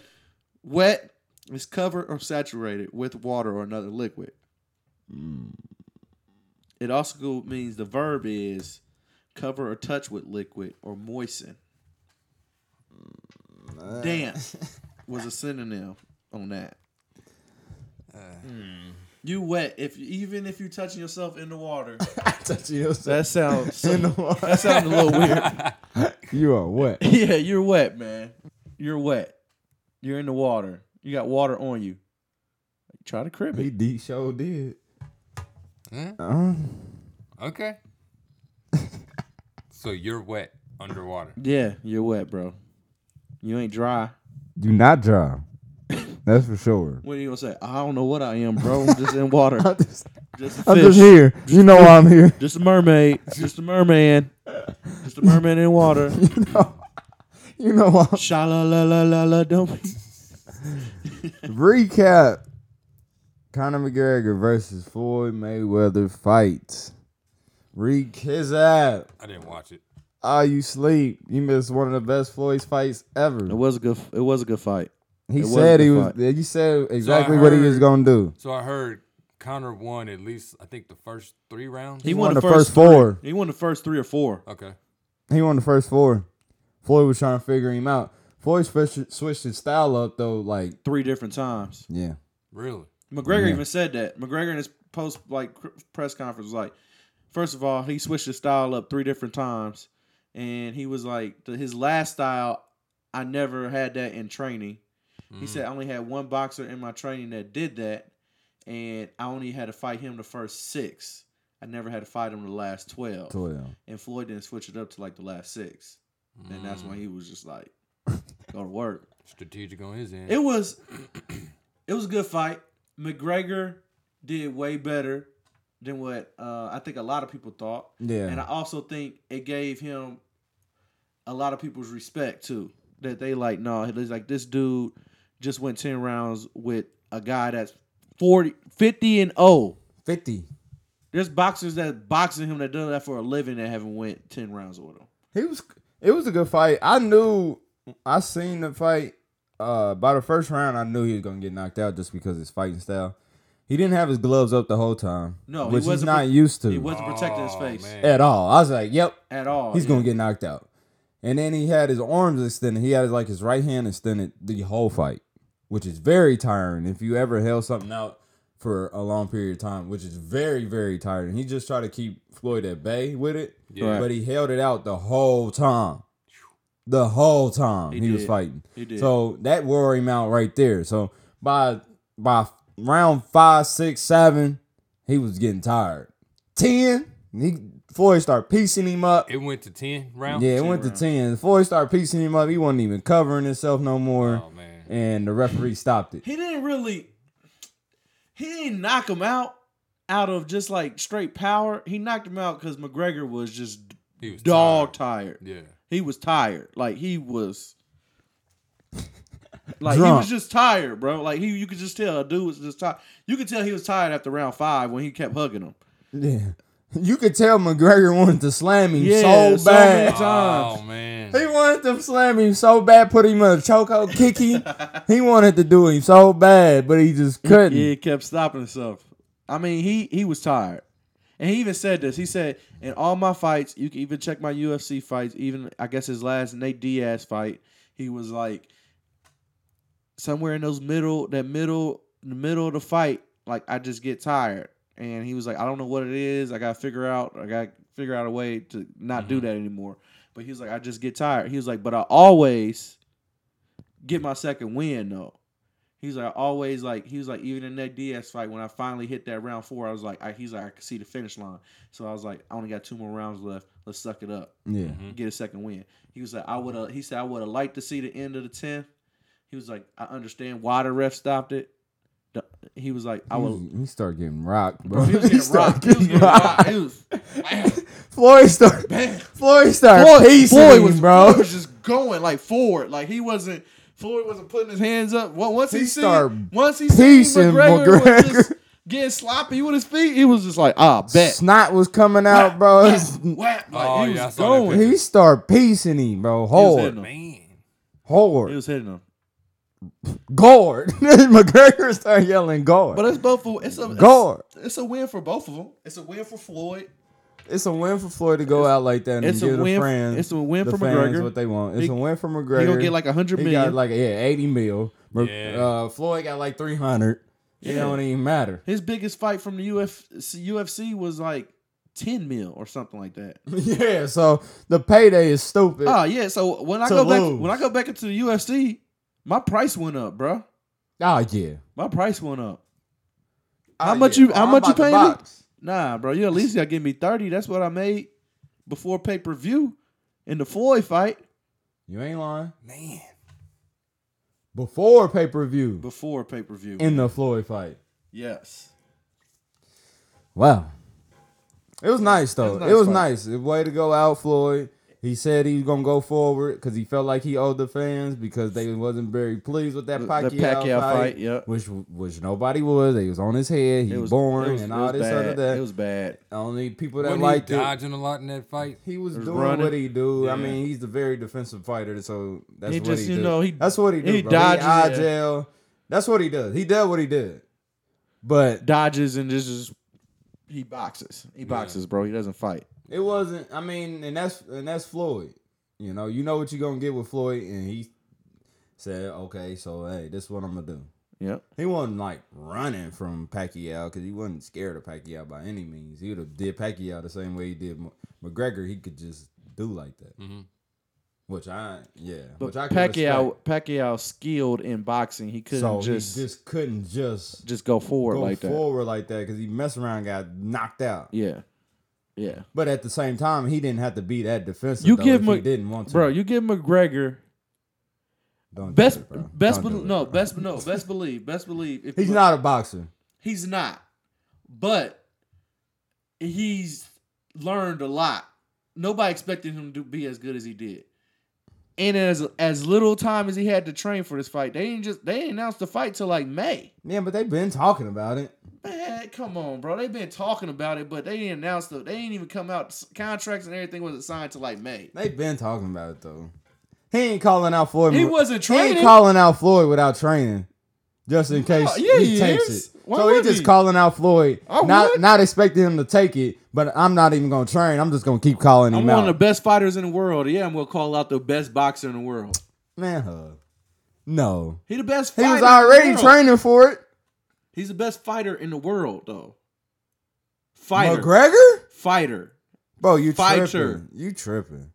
D: Wet is covered or saturated with water or another liquid.
C: Mm.
D: It also go- means the verb is cover or touch with liquid or moisten.
C: Mm.
D: Dance was a synonym on that.
C: Uh.
D: Mm. You wet if even if you touching yourself in the water.
C: I thought you was
D: That sounds
C: in the
D: that
C: water.
D: sounds a little weird.
C: You are wet.
D: yeah, you're wet, man. You're wet. You're in the water. You got water on you. Try to crib
C: He
D: it.
C: deep show did.
B: Hmm?
C: Uh,
B: Okay. so you're wet underwater.
D: Yeah, you're wet, bro. You ain't dry.
C: do not dry. That's for sure.
D: What are you gonna say? I don't know what I am, bro. I'm just in water.
C: I'm just,
D: Just a
C: I'm
D: fish.
C: just here. You know why I'm here.
D: Just a mermaid. Just a merman. Just a merman in water.
C: You know, you know why.
D: Sha la la la la la. Don't.
C: Recap: Conor McGregor versus Floyd Mayweather fight. Reek his ass.
B: I didn't watch it.
C: Ah, you sleep. You missed one of the best Floyd's fights
D: It
C: ever.
D: was a good. It was a good fight.
C: He
D: it was a
C: said he
D: good
C: was.
D: fight.
C: You said exactly what he was
B: heard-
C: gonna do.
B: So I heard Connor won at least I think the first three rounds.
D: He,
C: won the first
D: three-
C: four.
D: He won the first three or four.
B: Okay.
C: He won the first four. Floyd was trying to figure him out. Floyd switched, switched his style up though. Like,
D: Three different times.
C: yeah,
B: Really?
D: McGregor
C: Yeah.
D: even said that. McGregor in his post like cr- press conference was like, first of all, he switched his style up three different times, and he was like, "The- his last style, I never had that in training. He
B: Mm.
D: said I only had one boxer in my training that did that, and I only had to fight him the first six. I never had to fight him the last twelve.
C: twelve.
D: And Floyd didn't switch it up to like the last six, and that's
B: Mm.
D: when he was just like, go to work.
B: strategic on his end.
D: It was it was a good fight. McGregor did way better than what uh, I think a lot of people thought,
C: Yeah,
D: and I also think it gave him a lot of people's respect too. That they like, no, it was like this dude just went ten rounds with a guy that's 40, 50 and oh.
C: fifty.
D: There's boxers that boxing him that done that for a living that haven't went ten rounds with him.
C: He was. It was a good fight. I knew. I seen the fight. Uh, by the first round, I knew he was gonna get knocked out just because his fighting style. He didn't have his gloves up the whole time.
D: No, he
C: which he's
D: wasn't
C: not
D: pre-
C: used to
D: He wasn't protecting his
B: Oh,
D: face
B: man.
C: at all. I was like, "Yep,
D: at all.
C: he's gonna
D: yeah.
C: get knocked out." And then he had his arms extended. He had like his right hand extended the whole fight, which is very tiring. If you ever held something out for a long period of time, which is very very tiring. He just tried to keep Floyd at bay with it,
B: Yeah.
C: but he held it out the whole time. The whole time
D: He
C: he, was
D: did.
C: fighting.
D: He did.
C: So that worried him out right there. So by by round five, six, seven, he was getting tired. Ten, he Floyd started piecing him up.
B: It went to ten rounds.
C: yeah, it went to ten. Floyd started piecing him up. He wasn't even covering himself no more.
B: Oh man.
C: and the referee stopped it.
D: He didn't really. He didn't knock him out out of just like straight power. He knocked him out because McGregor was just
B: He was
D: dog tired.
B: tired. Yeah.
D: He was tired. Like he was. Like he
C: Drunk.
D: was just tired, bro. Like he, you could just tell a dude was just tired. You could tell he was tired after round five when he kept hugging him.
C: Yeah, you could tell McGregor wanted to slam him
D: Yeah,
C: so
D: so many
C: bad.
D: times.
B: Oh man.
C: He wanted to slam him so bad, put him in a chokehold, kick him. He wanted to do him so bad, but he just couldn't.
D: Yeah, he kept stopping himself. I mean, he he was tired, and he even said this. He said, "In all my fights, you can even check my UFC fights. Even I guess his last Nate Diaz fight, he was like somewhere in those middle that middle the middle of the fight. Like I just get tired, and he was like, I don't know what it is. I gotta figure out. I gotta figure out a way to not do that anymore. But he was like, I just get tired. He was like, but I always get my second win though. He's like always like he was like even in that Diaz fight when I finally hit that round four I was like I, he's like I could see the finish line so I was like I only got two more rounds left let's suck it up
C: yeah.
B: Mm-hmm.
D: get a second win he was like I would have he said I would have liked to see the end of the ten he was like I understand why the ref stopped it The- he was like I would
C: He, he started getting rocked, Mm, bro.
D: bro he was getting
C: started
D: rocked he was
C: getting
D: getting rocked he was
C: Floyd started. Floyd started
D: Floyd,
C: piecing
D: Floyd
C: him,
D: was
C: bro.
D: Floyd was just going like forward like he wasn't Floyd wasn't putting his hands up Wa- once he,
C: He
D: seen,
C: started
D: once he seen
C: piecing
D: McGregor,
C: McGregor.
D: Was just getting sloppy with his feet he was just like ah bet
C: Snot was coming out, bro.
D: Whap. Like,
B: Oh,
D: he
B: yeah, I
D: was
B: saw that
D: going
B: picture.
C: he started piecing him, bro.
D: He was hitting
C: Hard,
D: him.
B: Man.
D: he
C: hard,
D: was hitting him
C: guard. McGregor started yelling guard.
D: but it's both of, it's a it's,
C: guard.
D: it's a win for both of them it's a win for Floyd
C: It's a win for Floyd to go out like that and
D: it's a
C: give
D: win-
C: the friends,
D: it's a win
C: the
D: for
C: fans
D: McGregor.
C: what they want. It's
D: He-
C: a win for McGregor.
D: he gonna get like a hundred
C: he
D: million
C: got like yeah, eighty mil. Mc-
B: Yeah.
C: Uh, Floyd got like three hundred. It
D: Yeah.
C: don't even matter.
D: his biggest fight from the UFC, UFC was like ten mil or something like that
C: yeah, so the payday is stupid.
D: Oh yeah, so when I
C: To
D: go
C: lose.
D: back when I go back into the UFC, my price went up, bro.
C: oh yeah.
D: My price went up.
C: Oh,
D: How much
C: yeah.
D: you how
C: I'm
D: much you
C: about to
D: paying me?
C: box.
D: Nah, bro, you at least gotta give me 30. That's what I made before pay-per-view in the Floyd fight.
C: You ain't lying.
B: Man.
C: Before pay per view
D: Before pay-per-view.
C: in the Floyd fight.
D: yes.
C: Wow. It was nice though. It was
D: was
C: nice.
D: nice
C: It was
D: fight.
C: Way to go out, Floyd. He said he was gonna go forward because he felt like he owed the fans because they wasn't very pleased with that
D: The- the
C: Pacquiao,
D: Pacquiao
C: fight,
D: fight, yep.
C: which which nobody was. They was on his head. He
D: It was
C: was boring
D: it was-
C: and
D: it
C: all
D: was
C: this
D: bad.
C: other that.
D: It was bad.
C: Only people that
B: Wasn't
C: liked
B: he
C: it.
B: dodging a lot in that fight?
C: He was
D: was
C: doing
D: running.
C: what he do. I
D: Yeah.
C: mean, he's a very defensive fighter, so that's
D: He
C: what
D: just,
C: he
D: you
C: do.
D: know, he-
C: that's what he do.
D: he
C: bro.
D: dodges it.
C: eye jail. That's what he does. He did what he did. But
D: Dodges and just, just he boxes. He boxes, bro. He doesn't fight.
C: It wasn't. I mean, and that's and that's Floyd. You know, you know what you're gonna get with Floyd, and he said, "Okay, so hey, this is what I'm gonna do."
D: Yep.
C: He wasn't like running from Pacquiao because he wasn't scared of Pacquiao by any means. He would have did Pacquiao the same way he did M- McGregor. He could just do like that,
B: Mhm.
C: which I yeah,
D: But
C: which I could
D: Pacquiao
C: respect.
D: Pacquiao skilled in boxing. He couldn't
C: So
D: just,
C: he
D: just
C: just couldn't just
D: go forward
C: go
D: like
C: forward like that because he messed around, and got knocked out.
D: that. Yeah. Yeah.
C: But at the same time, he didn't have to be that defensive.
D: You
C: though,
D: give
C: if
D: Mc-
C: he didn't want to,
D: Bro, you give McGregor
C: Don't do
D: Best,
C: it, bro.
D: best,
C: Don't
D: bel
C: do it,
D: no,
C: bro.
D: best, no, best believe, best believe. If
C: He's
D: look,
C: not a boxer.
D: He's not. But he's learned a lot. Nobody expected him to be as good as he did. And as as little time as he had to train for this fight, they didn't just they didn't announce the fight till like May.
C: Yeah, but they've been talking about it.
D: Man, come on, bro. They've been talking about it, but they didn't announce the. They didn't even come out. Contracts and everything wasn't signed till like May.
C: They've been talking about it though. He ain't calling out Floyd.
D: He wasn't
C: He ain't
D: training.
C: calling out Floyd without training, just in case
D: yeah,
C: he,
D: he
C: takes
D: is.
C: it.
D: Why
C: so he
D: would
C: just
D: he?
C: calling out Floyd,
D: I
C: not
D: would.
C: not expecting him to take it. But I'm not even gonna train. I'm just gonna keep calling
D: I'm
C: him
D: one
C: out.
D: of the best fighters in the world. Yeah, I'm gonna call out the best boxer in the world.
C: Man, huh. no,
D: He the best.
C: he was
D: fighter in the
C: already
D: world.
C: training for it.
D: He's the best fighter in the world, though. Fighter,
C: McGregor,
D: fighter,
C: bro, you
D: Fighter.
C: tripping? You tripping?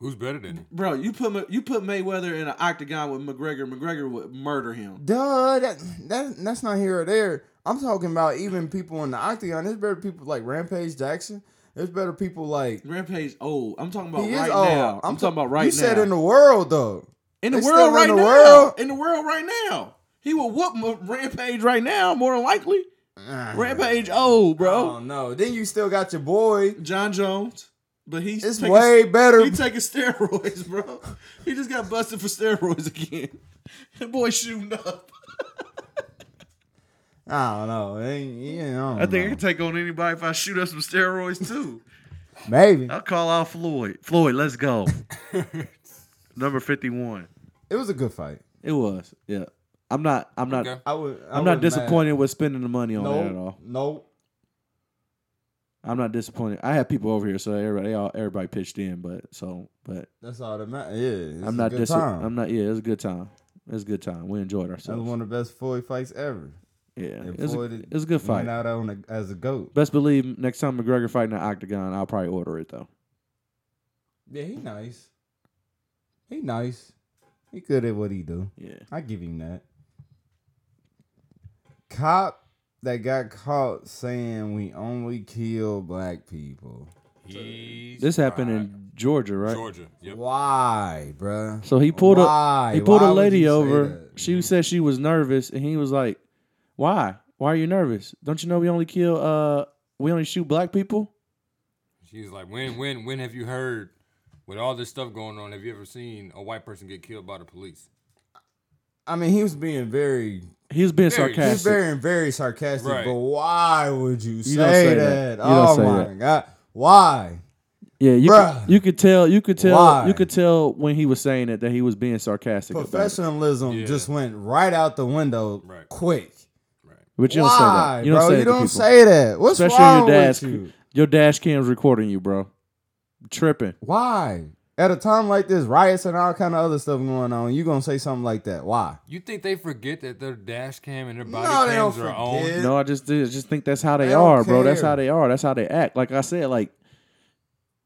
B: Who's better than him?
D: bro. You put Ma- you put Mayweather in an octagon with McGregor. McGregor would murder him.
C: Duh, that, that that's not here or there. I'm talking about even people in the octagon. There's better people like Rampage Jackson. There's better people like
D: Rampage. Oh, I'm talking about
C: he is
D: right
C: old.
D: now. I'm,
C: I'm
D: talking about
C: You
D: right now.
C: said in the world though.
D: In the
C: They
D: world
C: still
D: right
C: in the
D: now.
C: world?
D: In the world right now. He will whoop M- Rampage right now, more than likely.
C: Ah.
D: Rampage old,
B: Oh
C: Um,
D: bro.
B: no,
C: Then you still got your boy.
D: John Jones. But he's
C: It's
D: taking-
C: way better.
D: He taking steroids, bro. He just got busted for steroids again. That boy shooting up.
C: I don't know. It ain't- yeah, I don't know.
D: can take on anybody if I shoot up some steroids too.
C: Maybe
D: I'll call out Floyd. Floyd, let's go. Number fifty-one.
C: it was a good fight.
D: It was, yeah. I'm not. I'm not.
B: Okay.
C: I would. I
D: I'm not
C: wasn't mad.
D: disappointed with spending the money on
C: Nope.
D: that at all.
C: Nope.
D: I'm not disappointed. I had people over here, so everybody, all, everybody pitched in, but so, but
C: That's all that matters. Yeah,
D: I'm not
C: Good
D: dis.
C: time.
D: I'm not. Yeah, it was a good time. It was a good time. We enjoyed
C: that was
D: ourselves.
C: one of the best Floyd fights ever.
D: yeah,
C: and
D: it was, a,
C: Floyd
D: it was a good fight.
C: Went out on a, as a goat.
D: Best believe next time McGregor fighting the octagon, I'll probably order it though.
C: Yeah, he nice. He nice. He good at what he do.
D: Yeah.
C: I give him that. Cop that got caught saying we only kill black people.
B: He's
D: This happened
B: fried.
D: in Georgia, right?
B: Georgia. Yep.
C: Why, bruh?
D: So he pulled
C: Why?
D: a he pulled
C: Why
D: a
C: would you
D: lady
C: say
D: over.
C: that?
D: She said she was nervous, and he was like, "Why? Why are you nervous? Don't you know we only kill uh we only shoot black people?"
B: She's like, when, when, when have you heard? With all this stuff going on, have you ever seen a white person get killed by the police?
C: I mean, he was being very,
D: He was being
B: Very-
C: he was
D: sarcastic.
C: very, very sarcastic.
B: Right.
C: But why would you, say,
D: don't say
C: that?
D: that. You don't
C: Oh
D: say
C: my
D: that.
C: god, why?
D: yeah, you
C: Bruh.
D: could, you could tell you could tell
C: Why?
D: you could tell when he was saying it that he was being sarcastic. about it.
C: Professionalism
B: Yeah.
C: just went right out the window,
B: Right.
C: quick.
B: Right.
D: But you don't say
C: why,
D: that. You don't
C: bro?
D: say
C: you
D: that to
C: don't
D: people.
C: say that. What's
D: Especially
C: wrong
D: your dash
C: with you?
D: your dash cam's recording you, bro. Tripping.
C: Why? At a time like this, riots and all kind of other stuff going on, you gonna say something like that? Why?
B: You think they forget that their dash cam and their body
C: No, they don't
B: cams are owned?
C: forget.
D: No, I just did. I just think that's how they,
C: They don't
D: are, bro. That's
C: care.
D: how they are. That's how they act. Like I said, like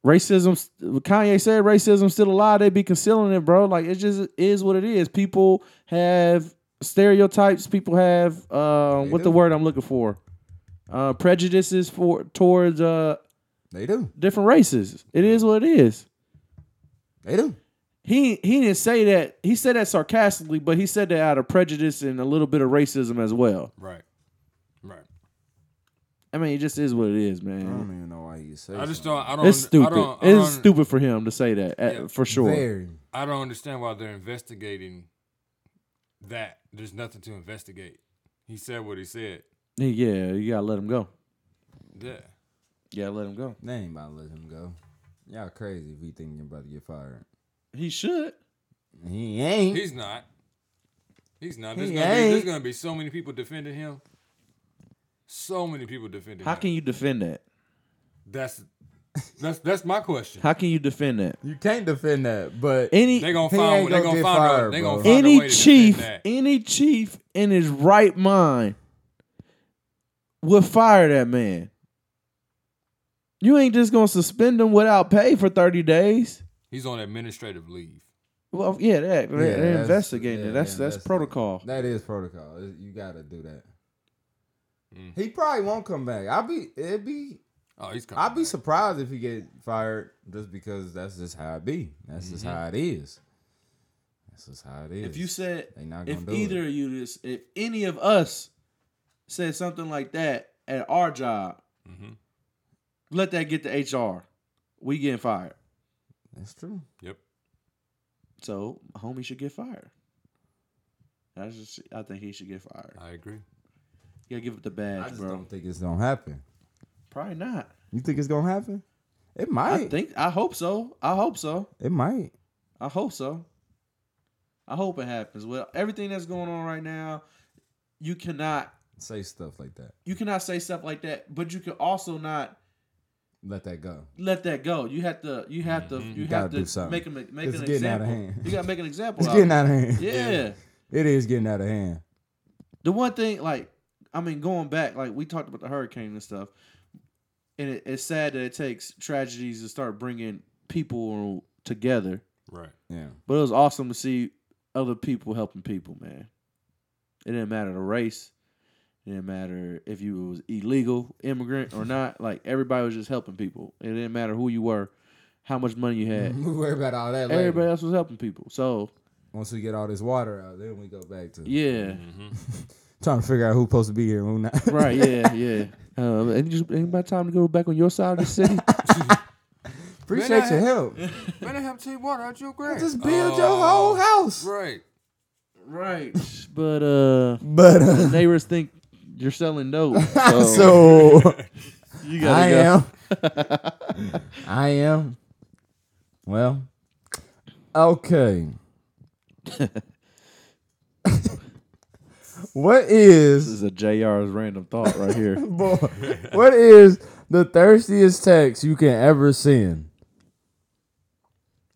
D: racism. Kanye said racism's still alive. They be concealing it, bro. Like it just is what it is. People have stereotypes. People have uh,
C: They
D: what
C: do.
D: the word I'm looking for. Uh, prejudices for towards uh,
C: They do.
D: different races. It is what it is.
C: They
B: Mm.
C: do.
D: He he didn't say that. He said that sarcastically, but he said that out of prejudice and a little bit of racism as well.
B: Right. Right.
D: I mean, it just is what it is, man.
C: I don't even know why you say.
B: I just
C: something.
B: don't. I don't.
D: It's
B: I
D: stupid.
B: don't- I
D: it's
B: don't-
D: stupid for him to say that uh,
B: Yeah.
D: for sure.
C: Very.
B: I don't understand why they're investigating that. There's nothing to investigate. He said what he said.
D: Yeah, you gotta let him go.
B: Yeah.
D: Yeah, let him go.
C: They ain't about to let him go. Y'all crazy if you think you're about to get fired.
D: He should.
C: He ain't.
B: He's not. He's not. There's,
C: He
B: gonna be, there's
C: ain't.
B: gonna be so many people defending him. So many people defending
D: How
B: him.
D: can you defend that?
B: that's that's that's my question.
D: How can you defend that?
C: you can't defend that, but
B: They
D: Any
B: gonna
C: He
B: find.
C: ain't
B: They
C: gonna
B: gonna
C: get
B: find. a-
C: fired,
B: they
C: bro.
B: gonna find a way
D: any
B: to
D: chief,
B: defend that.
D: any chief in his right mind would fire that man. You ain't just gonna suspend him without pay for thirty days.
B: He's on administrative leave.
D: Well, yeah, that
C: Yeah,
D: they're
C: that's-
D: investigating
C: yeah,
D: it. That's
C: they're
D: that's
C: investigating.
D: protocol.
C: That is protocol. It- You got to do that.
B: Mm.
C: He probably won't come back. I'll be. It'd be.
B: Oh, he's coming.
C: I'd be
B: back.
C: surprised if he get fired just because that's just how it be. That's just how it is. That's just how it is.
D: said
C: they not gonna
D: if
C: do
D: either
C: it.
D: of you this if any of us said something like that at our job
B: Mhm.
D: let that get to hr we getting fired
C: that's true.
B: Yep.
D: so homie should get fired I just I think he should get fired.
B: I agree.
D: You gotta give up the
C: I
D: badge,
C: just
D: bro.
C: don't think it's gonna happen.
D: Probably not.
C: You think it's gonna happen? It
D: I,
C: might.
D: think I hope so. I hope so.
C: it might.
D: I hope so. I hope it happens. Well, everything that's going on right now, you cannot
C: Say stuff like that.
D: you cannot say stuff like that, but you can also not
C: Let that go.
D: let that go. You have to. You have to. You,
C: You gotta
D: have
C: do
D: to
C: something.
D: make him make
C: It's
D: an
C: getting out
D: example.
C: of hand.
D: You gotta make an example.
C: It's
D: out
C: getting
D: of
C: out of hand.
D: it. Yeah.
C: It is getting out of hand.
D: The one thing, like, I mean, going back, like we talked about the hurricane and stuff, and it, it's sad that it takes tragedies to start bringing people together.
B: Right.
C: Yeah.
D: But it was awesome to see other people helping people, man. It didn't matter the race. It didn't matter if you was illegal immigrant or not. Like everybody was just helping people. It didn't matter who you were, how much money you had.
C: We worry about all that later.
D: Everybody else was helping people. So
C: Once we get all this water out, then we go back to
D: Yeah.
C: trying to figure out who's supposed to be here and who not.
D: Right. Yeah. Yeah. Um, and just ain't about time to go back on your side of the city.
C: Appreciate
B: Man, I-
C: your help.
B: Man, I have to take water out your grave.
C: Just build your whole house.
B: Oh, Right.
D: right. But uh,
C: But uh,
D: neighbors think you're selling dope. So,
C: so
D: Oh. you gotta
C: I am.
D: go.
C: I am. Well, okay. what
D: This
C: is
D: is a JR's random thought right here.
C: boy, what is the thirstiest text you can ever send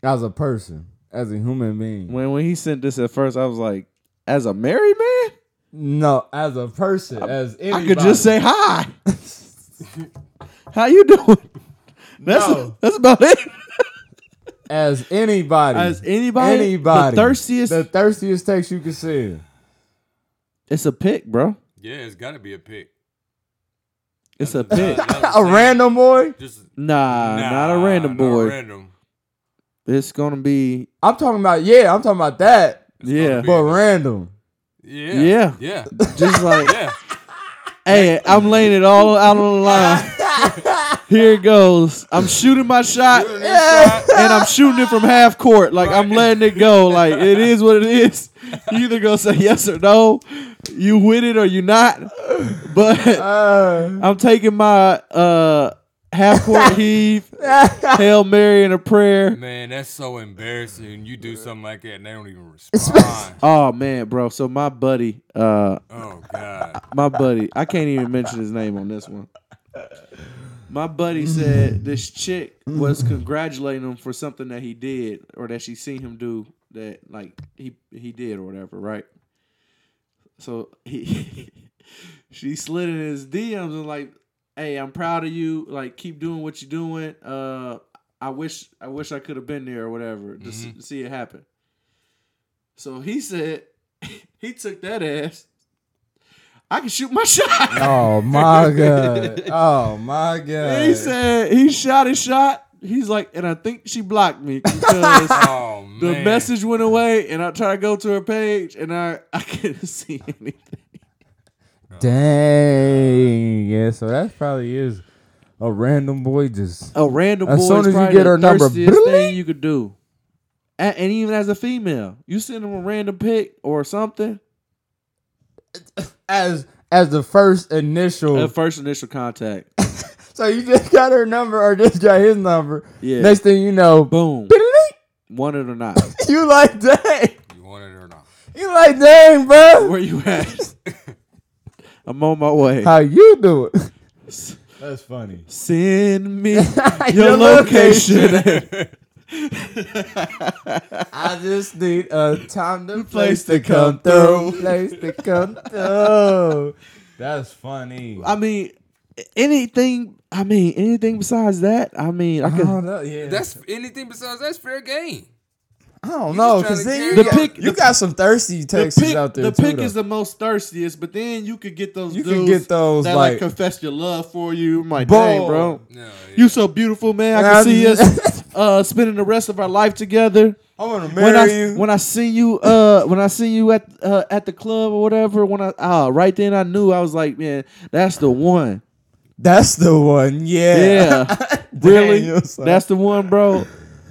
C: as a person, as a human being?
D: when when he sent this at first, I was like, as a married man,
C: No, as a person, as anybody.
D: I could just say hi. How you doing? That's
C: No.
D: that's about it.
C: as anybody,
D: As anybody,
C: anybody,
D: the thirstiest.
C: the thirstiest text you can send.
D: it's a pick, bro.
B: Yeah, it's got to be a pick.
D: It's a pick.
C: A random boy.
B: Just
D: Nah,
B: nah,
D: not a random
B: not
D: boy.
B: Random.
D: It's gonna be
C: I'm talking about yeah. I'm talking about that,
D: yeah,
B: be-
C: but random.
B: Yeah.
D: Yeah.
B: Yeah.
D: just like
B: Yeah.
D: hey, I'm laying it all out on the line. Here it goes. I'm shooting my shot.
B: Shooting this shot.
D: and I'm shooting it from half court. Like I'm letting it go. Like it is what it is. You either gonna say yes or no. You with it or you not. But
C: Uh,
D: I'm taking my uh half court heave, Hail Mary and a prayer.
B: Man, that's so embarrassing. You do something like that and they don't even respond.
D: Oh man, bro. So my buddy, uh
B: oh God.
D: my buddy, I can't even mention his name on this one. My buddy said this chick was congratulating him for something that he did or that she seen him do that like he he did or whatever, right? So he she slid in his DMs and like, hey, I'm proud of you. Like, keep doing what you're doing. Uh I wish I wish I could have been there or whatever to s-
B: Mhm.
D: see it happen. So he said he took that ass. I can shoot my shot.
C: oh my god. Oh my god.
D: He said he shot his shot. He's like, and I think she blocked me because
B: Oh man.
D: the message went away, and I tried to go to her page, and I I couldn't see anything.
C: "Dang, yeah." So that probably is a random boy. Just
D: A random
C: As
D: boy
C: soon
D: is
C: as you
D: probably
C: get
D: the
C: her number,
D: thirstiest
C: bling.
D: thing you could do. A- And, even as a female, you send them a random pic or something.
C: as as the first initial.
D: At first initial contact,
C: so you just got her number, or just got his number.
D: Yeah.
C: Next thing you know,
D: boom,
C: you
D: wanted or not,
C: like dang.
B: You want it or not?
C: You like dang, bro.
D: where you at? I'm on my way.
C: How you do it? That's funny.
D: Send me your,
C: Your
D: location.
C: I just need a time to
D: place to come through.
C: Place to come through. That's funny.
D: I mean, anything. I mean, anything besides that. I mean, I
C: I
D: could.
C: don't know. Yeah.
B: That's anything besides that's fair game.
C: I don't
B: you
C: know.
B: just tryna
C: Cause then
B: get
C: you,
B: it
C: got,
D: The pick-
C: you
D: the-
C: got some thirsty
D: The
C: texts
D: pick,
C: out there.
D: the
C: too,
D: pick
C: though.
D: is the most thirstiest, but then you could get those.
C: You
D: dudes
C: can get those,
D: that
C: like-
D: confess your love for you. I'm like,
C: Boy.
D: dang, bro,
B: No. Yeah.
D: you so beautiful, man. I
C: Nah,
D: can see
C: I'm-
D: us uh, spending the rest of our life together.
C: I want to
D: When I
C: marry you.
D: when I see you uh when I see you at uh, at the club or whatever when I ah right then I knew I was like man that's the one
C: That's the one. Yeah.
D: yeah really
C: Daniel, son.
D: that's the one bro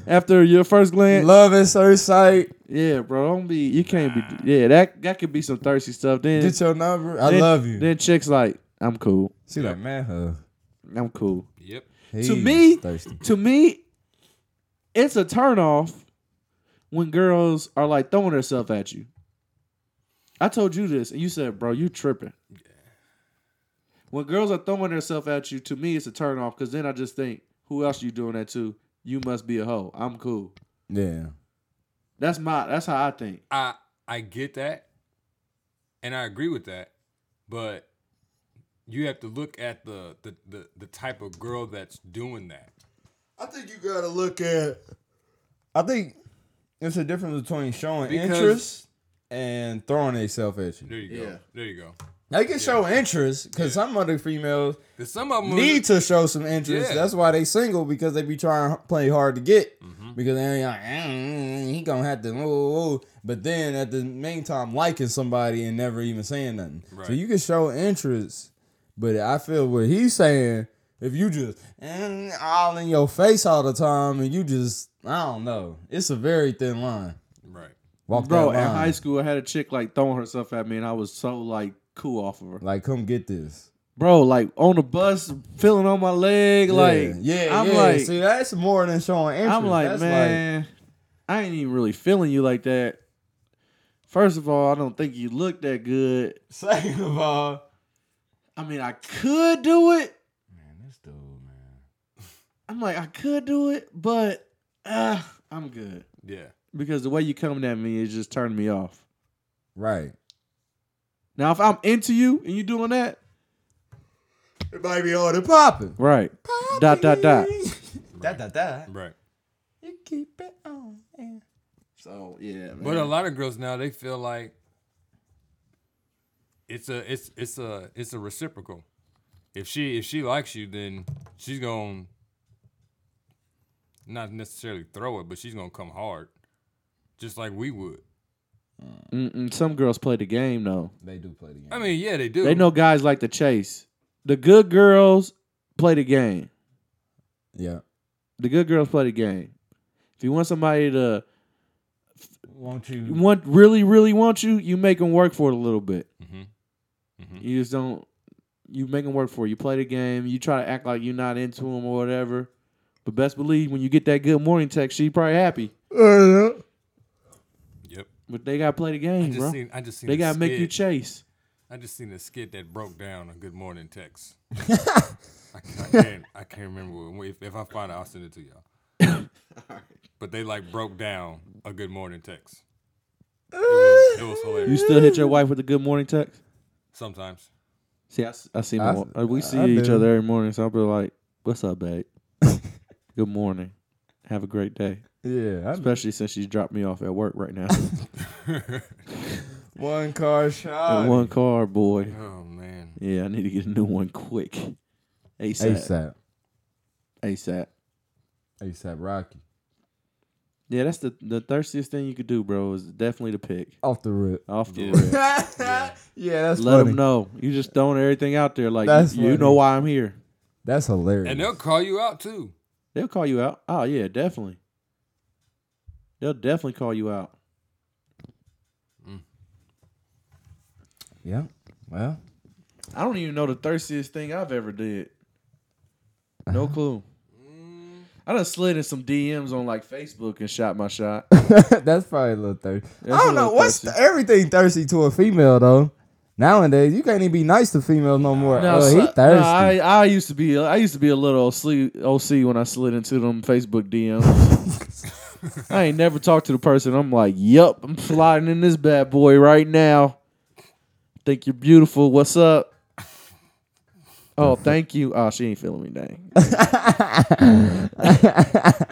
D: after your first glance
C: Love at first sight.
D: Yeah, bro. Don't be. You can't be. Yeah, that that could be some thirsty stuff. Then
C: Get your number. I
D: then-
C: love you.
D: Then chicks like, I'm cool.
C: She like, man, huh?
D: I'm cool.
B: Yep.
C: he's
D: me-
C: thirsty.
D: To me, it's a turnoff when girls are like throwing herself at you. I told you this, and you said, "Bro, you tripping." When girls are throwing herself at you, to me, it's a turnoff because then I just think, "Who else you doing that to? You must be a hoe." I'm cool.
C: Yeah.
D: That's my. That's how I think.
B: I I get that, and I agree with that, but you have to look at the the the, the type of girl that's doing that.
C: I think you gotta look at. I think it's a difference between showing
B: Because-
C: interest and throwing themselves at you.
B: There you go.
D: Yeah.
B: There you go.
C: They can show interest because some other females
B: 'Cause some of them
C: need to show some interest.
B: Yeah.
C: That's why they single because they be trying to play hard to get because they like "Mm, he gonna have to. ooh, ooh, ooh." But then at the meantime, liking somebody and never even saying nothing.
B: Right.
C: So you can show interest, but I feel what he's saying. If you just "Mm," all in your face all the time and you just I don't know, it's a very thin line.
B: right.
C: Walk
D: Bro,
C: that
D: at
C: line.
D: high school, I had a chick like throwing herself at me, and I was so like cool off of her.
C: like come get this.
D: Bro, like on the bus, feeling on my leg, like
C: yeah, yeah,
D: I'm
C: yeah.
D: like,
C: see, that's more than showing interest.
D: I'm like,
C: That's
D: man, I ain't even really feeling you like that. First of all, I don't think you look that good.
C: Second of all,
D: I mean, I could do it.
B: Man, this dude, man.
D: I'm like, I could do it, but uh, I'm good
B: Yeah.
D: because the way you coming at me is just turning me off.
C: right.
D: Now, if I'm into you and you doing that,
C: It might be all the popping.
D: right? Dot, dot, dot.
C: dot dot dot.
B: Right.
C: You keep it on. air.
D: So yeah, man.
B: But a lot of girls now they feel like it's a it's it's a it's a reciprocal. If she if she likes you, then she's gonna not necessarily throw it, but she's gonna come hard, just like we would.
D: Mm-mm, some girls play the game though.
C: They do play the game.
B: I mean, yeah, they do.
D: They know guys like to chase. The good girls play the game.
C: yeah.
D: The good girls play the game. If you want somebody to
C: Won't
D: you want really really want you, you make them work for it a little bit.
B: hmm Mhm.
D: You just don't. You make them work for it. You play the game. You try to act like you're not into them or whatever. But best believe when you get that good morning text, she probably happy.
B: Yep.
D: But they gotta play the
B: I
D: game,
B: just
D: bro.
B: seen I just seen
D: They
B: a
D: gotta make you
B: skit.
D: chase.
B: I just seen a skit that broke down a Good Morning text. I, I can't. I can't remember. what- If, if I find it, I'll send it to y'all. But they like broke down a Good Morning text. It was, it was
D: You
B: hilarious.
D: still hit your wife with a good morning text?
B: Sometimes.
D: See, I, s- I see.
C: I
D: My,
C: s-
D: wa- uh, we
C: I
D: see each
C: do.
D: other every morning, so I'll be like, "What's up, babe? Good morning. Have a great day."
C: Yeah. I
D: Especially since she dropped me off at work right now.
C: one car shot.
D: That one car, boy.
B: Oh man.
D: Yeah, I need to get a new one quick. ASAP.
C: ASAP.
D: ASAP.
C: ASAP Rocky.
D: Yeah, that's the the thirstiest thing you could do, bro. Is definitely to pick
C: Off the rip.
D: off the
B: Yeah.
D: rip.
C: yeah, that's
D: Let
C: funny.
D: them know you just throwing everything out there. Like
C: That's
D: you, you
C: funny.
D: know why I'm here.
C: That's hilarious.
B: And they'll call you out too.
D: They'll call you out. Oh yeah, definitely. They'll definitely call you out.
C: yeah. Well,
D: I don't even know the thirstiest thing I've ever did.
C: Uh-huh.
D: No clue. I done slid in some DMs on like Facebook and shot my shot.
C: Oh, that's probably a little thirsty.
D: That's
C: I
D: a
C: don't know
D: little
C: what's
D: thirsty.
C: th- everything thirsty to a female though. Nowadays, you can't even be nice to females no more.
D: No,
C: oh,
D: so-
C: he
D: no,
C: thirsty.
D: I, I used to be I used to be a little OC, OC when I slid into them Facebook DMs. I ain't never talked to the person. I'm like, yup, I'm sliding in this bad boy right now. Think you're beautiful. What's up? Oh, thank you. Oh, she ain't feeling me. Dang.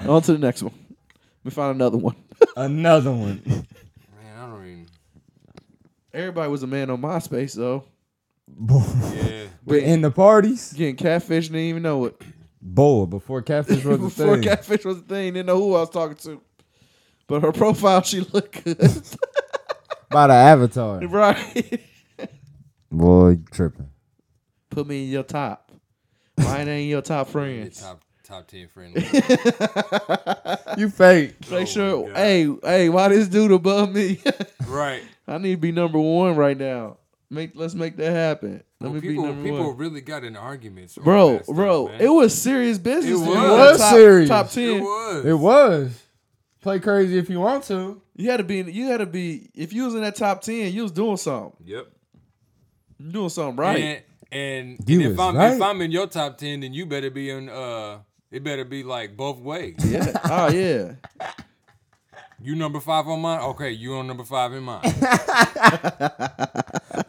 D: on to the next one. Let me find another one.
C: Another one,
B: Man, I don't even.
D: Everybody was a man on MySpace though.
C: boy.
B: Yeah.
C: We're in the parties,
D: Getting catfish, didn't even know it.
C: boy. Before catfish was a
D: Before
C: thing.
D: catfish was a thing, didn't know who I was talking to. But her profile, she looked good,
C: by the avatar.
D: right?
C: Boy, you tripping.
D: Put me in your top. Mine ain't your top
B: Your
D: friends.
B: top top ten friendly.
C: You fake.
D: Make
B: Oh
D: sure,
B: my God.
D: hey, hey, why this dude above me?
B: right.
D: I need to be number one right now. Make let's make that happen. Let
B: Well,
D: me
B: people
D: be number
B: people
D: one.
B: really got in arguments. over
D: Bro,
B: that stuff,
D: bro,
B: man.
D: it was serious business.
B: It
D: when you
B: was.
D: were
B: It was
D: top,
C: serious.
D: Top
B: It
D: ten.
B: was.
C: It was. Play crazy if you want to.
D: You had to be. in- You had to be. If you was in that top ten, you was doing something.
B: Yep.
D: You doing something right.
B: And and,
C: You
B: and if
C: was
B: I'm if
C: right.
B: I'm in your top ten, then you better be in uh it better be like both ways.
D: yeah. Oh yeah.
B: You number five on mine? Okay, you on number five in mine.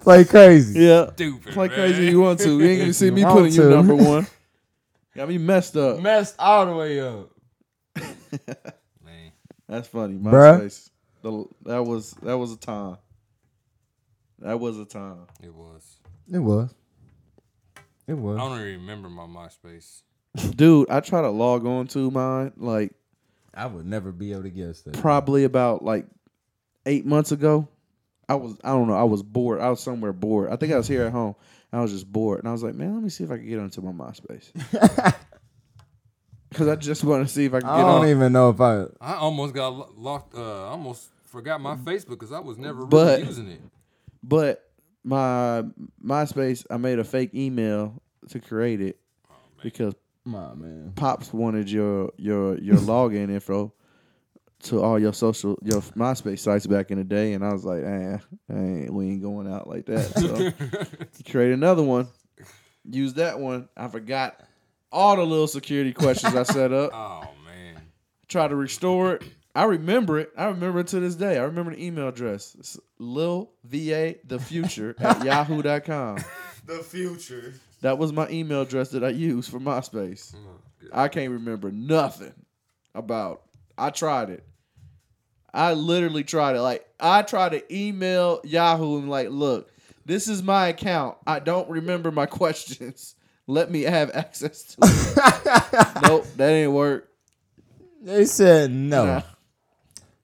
C: Play crazy.
D: Yeah.
B: Stupid.
D: Play
B: man.
D: crazy if you want to. You ain't gonna see me
C: want
D: putting you
C: to.
D: number one. Got me messed up.
C: Messed all the way up.
B: Man.
D: That's funny.
C: Bruh.
D: MySpace. The, that was that was a time. That was a time.
B: It was.
C: It was. It
B: I
C: was.
B: don't even remember my MySpace.
D: Dude, I try to log on to mine like
C: I would never be able to guess that.
D: probably about like eight months ago. I was I don't know, I was bored. I was somewhere bored. I think I was here at home. I was just bored. And I was like, man, let me see if I can get onto my MySpace. Cause I just want to see if I can
C: I
D: get
C: don't
D: on.
C: even know if I.
B: I almost got lo- locked. Uh, I almost forgot my Facebook because I was never really
D: But-
B: using it.
D: But my MySpace, I made a fake email to create it because
C: My man.
D: Pops wanted your your your login info to all your social your MySpace sites back in the day, and I was like, eh, eh, we ain't going out like that. So create another one, use that one. I forgot all the little security questions I set up.
B: Oh man,
D: Try to restore it. I remember it. I remember it to this day. I remember the email address. It's Lil VA the future at yahoo.com.
B: the future.
D: That was my email address that I used for MySpace. I can't remember nothing about. I tried it. I literally tried it. Like I tried to email Yahoo and like, look, this is my account. I don't remember my questions. Let me have access to it. nope, that ain't work.
C: They said no.
D: Nah.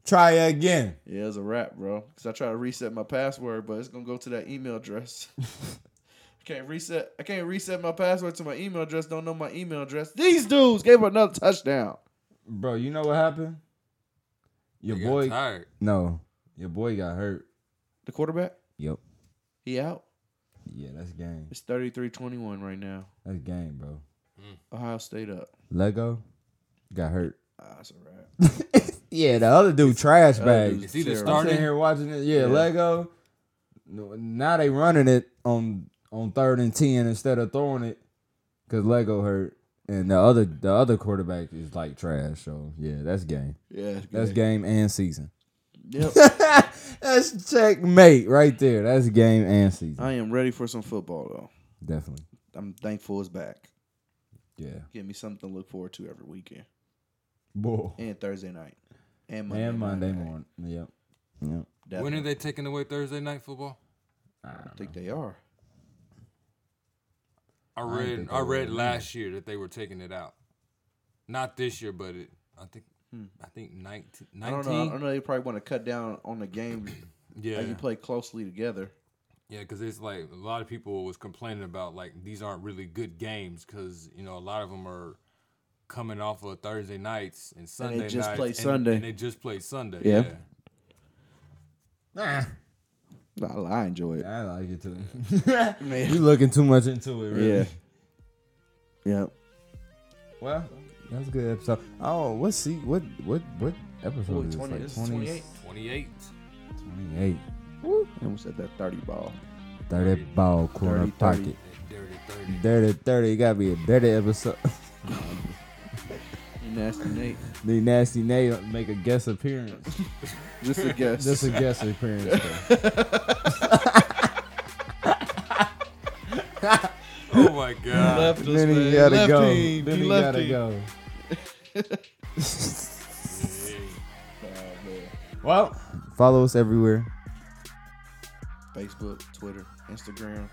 C: Try again.
D: Yeah, it's a wrap, bro. Cause I try to reset my password, but it's gonna go to that email address. I can't reset. I can't reset my password to my email address. Don't know my email address. These dudes gave up another touchdown.
C: Bro, you know what happened? Your
B: You
C: boy.
B: got tired.
C: No. Your boy got hurt.
D: The quarterback,
C: Yep.
D: he out.
C: Yeah, that's game.
D: It's 33-21 right now.
C: That's game, bro.
D: Ohio State up.
C: Lego got hurt.
D: Ah, that's a wrap.
C: yeah, the other dude trash
D: dude's
C: bags.
B: It's either
D: terrible.
C: I'm sitting
B: starting
C: here watching it. Yeah,
D: Yeah.
C: Lego. No- Now they running it on on third and ten instead of throwing it because Lego hurt, and the other the other quarterback is like trash. So yeah, that's game.
D: Yeah,
C: That's game and season.
D: Yep.
C: that's checkmate right there. That's game and season.
D: I am ready for some football though.
C: Definitely.
D: I'm thankful it's back.
C: Yeah.
D: Give me something to look forward to every weekend
C: Boy.
D: and Thursday night and Monday
C: And Monday
D: night.
C: morning. Yep. Yep.
B: When are
D: Definitely.
B: they taking away Thursday night football?
D: I think they are.
B: I read.
C: think
B: I,
C: they
B: read
C: will.
B: last year that they were taking it out. Not this year, but it. I think. I think 19,
D: Hmm. I don't know. I
B: 19?
D: don't know. They probably want to cut down on the game.
B: Yeah,
D: How you play closely together.
B: yeah, because it's like a lot of people was complaining about like these aren't really good games because you know a lot of them are coming off of Thursday nights and Sunday
D: just
B: nights,
D: play
B: and-
D: Sunday.
B: and they just play Sunday.
D: Yeah.
B: yeah.
D: I, I enjoy it.
C: I like it too.
D: Man.
C: you looking too much into it, really.
D: Yeah. Yep.
C: Well, that's a good episode. Oh, what see what what what episode
D: Boy,
C: is
D: 20,
C: this?
D: this
C: Like
D: is
C: 20,
D: 28.
B: 28.
C: 28.
D: I almost said that 30 ball.
C: 30 ball corner
D: 30.
C: pocket.
B: Dirty 30.
C: Dirty 30 gotta be a dirty episode.
D: You nasty Nate.
C: the nasty Nate make a guest appearance.
D: Just a guess.
C: Just a guest appearance. though.
B: Oh my God.
D: left us,
C: then he
D: man.
C: gotta
D: Lefty.
C: go.
D: He
C: Then he
D: lefty.
C: gotta go. Well, follow us everywhere.
D: Facebook, Twitter, Instagram.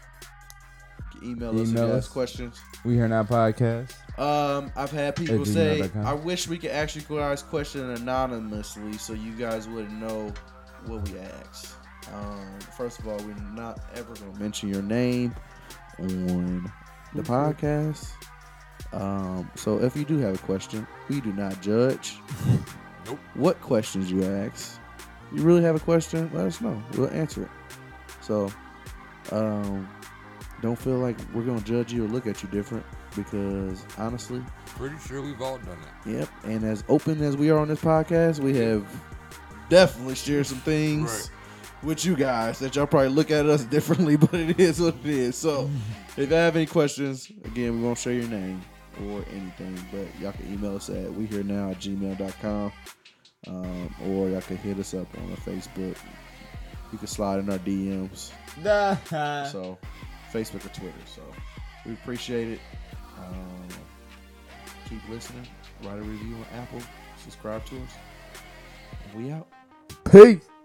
D: You can Email us if you
C: Email
D: have
C: us.
D: questions.
C: We here now podcast.
D: Um, I've had people
C: At
D: say,
C: gmail.com.
D: I wish we could ask you guys question anonymously so you guys wouldn't know what we asked. Um, first of all, we're not ever going to mention your name on the podcast. Um, so if you do have a question, we do not judge.
B: Nope.
D: What questions you ask. You really have a question, let us know. We'll answer it. So, um, don't feel like we're going to judge you or look at you different because honestly,
B: Pretty sure we've all done it.
D: Yep. And as open as we are on this podcast, we have definitely shared some things with you guys that y'all probably look at us differently, but it is what it is. So if you have any questions, again, we won't share your name or anything, but y'all can email us at we here now at gmail.com. Um, or y'all can hit us up on our Facebook. You can slide in our DMs. So, Facebook or Twitter. So, we appreciate it. Um, keep listening. Write a review on Apple. Subscribe to us. We out.
C: Peace.